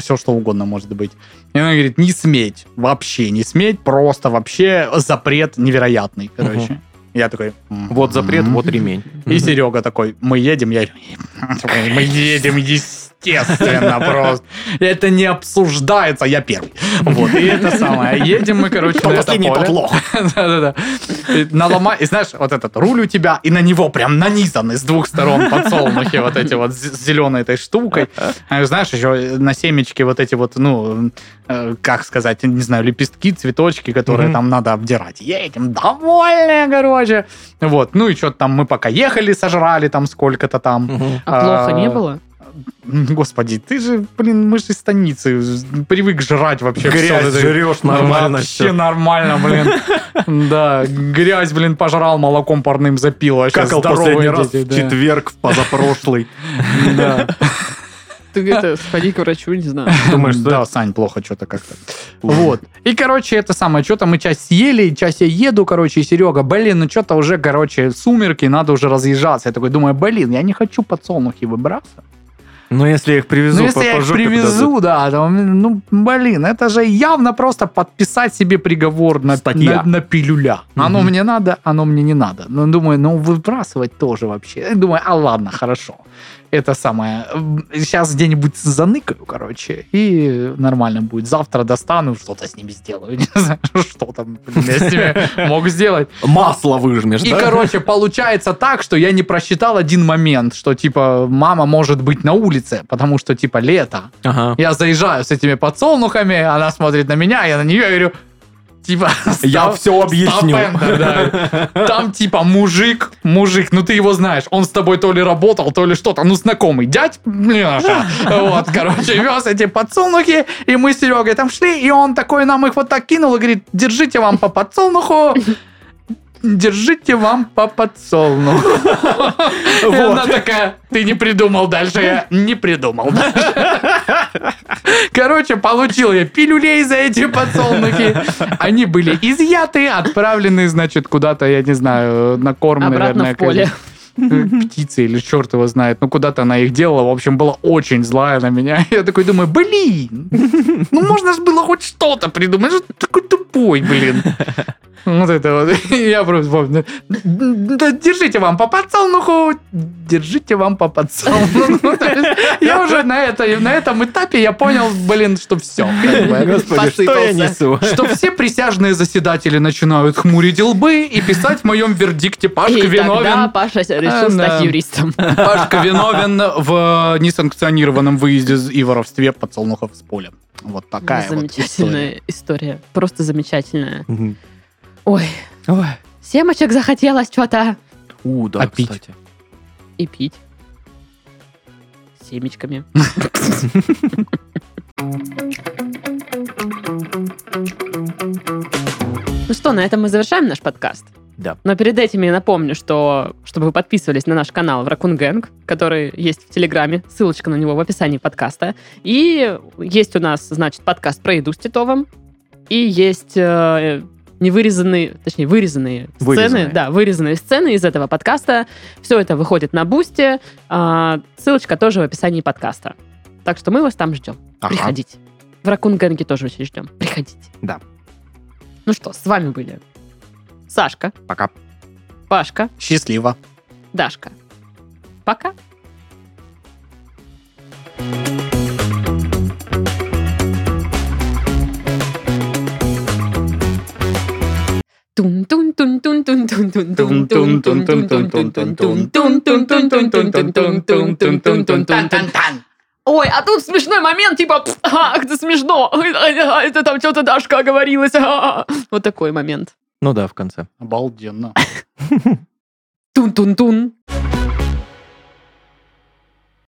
D: Все, что угодно может быть. И она говорит, не сметь, вообще не сметь, просто вообще запрет невероятный, короче. Я такой... «Мгм».
C: Вот запрет, вот ремень.
D: И Серега такой, мы едем, я говорю, мы едем, естественно, просто. Это не обсуждается, я первый. Вот, и это самое. Едем мы, короче, на это
C: последний
D: поле.
C: тот лох.
D: Да-да-да. И налома- и знаешь, вот этот руль у тебя, и на него прям нанизаны с двух сторон подсолнухи вот эти вот з- с зеленой этой штукой. А, Знаешь, еще на семечке вот эти вот, ну, э, как сказать, не знаю, лепестки, цветочки, которые
C: Мгм.
D: там надо обдирать. Едем, довольные, короче. Вот, ну и что-то там мы пока ехали, сожрали там сколько-то там. [laughs]
A: А плохо не
D: А,
A: было?
D: Господи, ты же, блин, мы же из станицы, ж- привык жрать вообще всё.
C: Грязь
D: Это-
C: жрешь нормально.
D: Вообще
C: всё.
D: нормально,
C: [laughs]
D: блин. Да, грязь, блин, пожрал, молоком парным запил. Вообще
C: Какал последний
D: здоровые
C: раз в
D: дети.
C: четверг, в позапрошлый.
D: да.
A: Ты это, сходи к врачу, не знаю.
C: Думаешь,
D: Да,
C: [laughs] что
D: Сань, плохо что-то как-то. Вот. И, короче, это самое, что-то мы часть съели, часть я еду, короче, и Серега, блин, ну что-то уже, короче, сумерки, надо уже разъезжаться. Я такой думаю, блин, я не хочу подсолнухи выбрасывать.
E: Но если я их привезу,
D: Ну, если
E: по-
D: я
E: по
D: их
E: жопе дадут.
D: привезу, да, то, ну, блин, это же явно просто подписать себе приговор на,
E: Статья.
D: на, на пилюля. Оно мне надо, оно мне не надо. Ну, думаю, ну, выбрасывать тоже вообще. Я Думаю, а ладно, хорошо. Это самое. Сейчас где-нибудь заныкаю, короче, и нормально будет. Завтра достану, что-то с ними сделаю. [laughs] Не знаю, что там блин, я с
E: [laughs]
D: ними мог сделать.
C: Масло выжмешь,
D: И,
C: да?
D: короче, получается так, что я не просчитал один момент, что, типа, мама может быть на улице, потому что, типа, лето.
C: Ага.
D: Я заезжаю с этими подсолнухами, она смотрит на меня, я на нее говорю, типа...
C: [laughs] Я
D: «Стоп,
C: все объясню.
D: стоп, Эндер»,
C: [laughs]
D: да. Там типа мужик, мужик, ну ты его знаешь, он с тобой то ли работал, то ли что-то, ну знакомый дядь,
C: [laughs]
D: Леша. вот, короче, вез эти подсолнухи, и мы с Серегой там шли, и он такой нам их вот так кинул и говорит, держите вам по подсолнуху, держите вам по подсолнуху. [laughs] И
C: [laughs]
D: она такая, ты не придумал дальше, я не придумал дальше. Короче, получил я пилюлей за эти подсолнухи. Они были изъяты, отправлены, значит, куда-то, я не знаю, на корм,
A: Обратно
D: наверное.
A: в поле.
D: Птицы или черт его знает. Ну, куда-то она их делала. В общем, была очень злая на меня. Я такой думаю, блин, ну можно же было хоть что-то придумать. Что ты такой
E: [laughs]
D: тупой, блин. Вот это вот. [laughs] Я просто помню. Да держите вам по подсолнуху, держите вам по [laughs] подсолнуху. То есть Я уже на, этой- на этом этапе я понял, блин, что все.
E: [laughs] Господи, что я
A: Посыпался.
E: несу?
D: Что все присяжные заседатели начинают хмурить лбы и писать в моем вердикте Пашка
A: И тогда [laughs]
D: виновен.
A: Паша решил
D: А, да.
A: стать юристом.
D: Пашка виновен в несанкционированном выезде и воровстве подсолнухов с поля. Вот такая вот история.
A: Замечательная история. Просто замечательная.
E: Мгм.
A: Ой,
E: Ой.
A: семечек захотелось что-то.
C: У, да,
D: А пить?
C: кстати.
A: И пить. Семечками. Ну что, на этом мы завершаем наш подкаст.
C: Да.
A: Но перед этим я напомню, что чтобы вы подписывались на наш канал в Raccoon Gang, который есть в Телеграме, ссылочка на него в описании подкаста. И есть у нас, значит, подкаст про еду с Титовым, и есть э, невырезанные, точнее, вырезанные,
E: Вырезанные.
A: сцены. Да, вырезанные сцены из этого подкаста. Все это выходит на Бусте. А, ссылочка тоже в описании подкаста. Так что мы вас там ждем. Приходите. В Ракун Гэнге тоже очень ждем. Приходите.
E: Да.
A: Ну что, с вами были Сашка.
E: Пока.
A: Пашка.
D: Счастливо.
A: Дашка. Пока. Ой, а тут смешной момент, типа, «Пф, ах, это смешно, Ой, а, а, это там что-то Дашка оговорилась. а, а». Вот такой момент.
C: Ну да, в конце.
D: Обалденно.
A: Тун-тун-тун.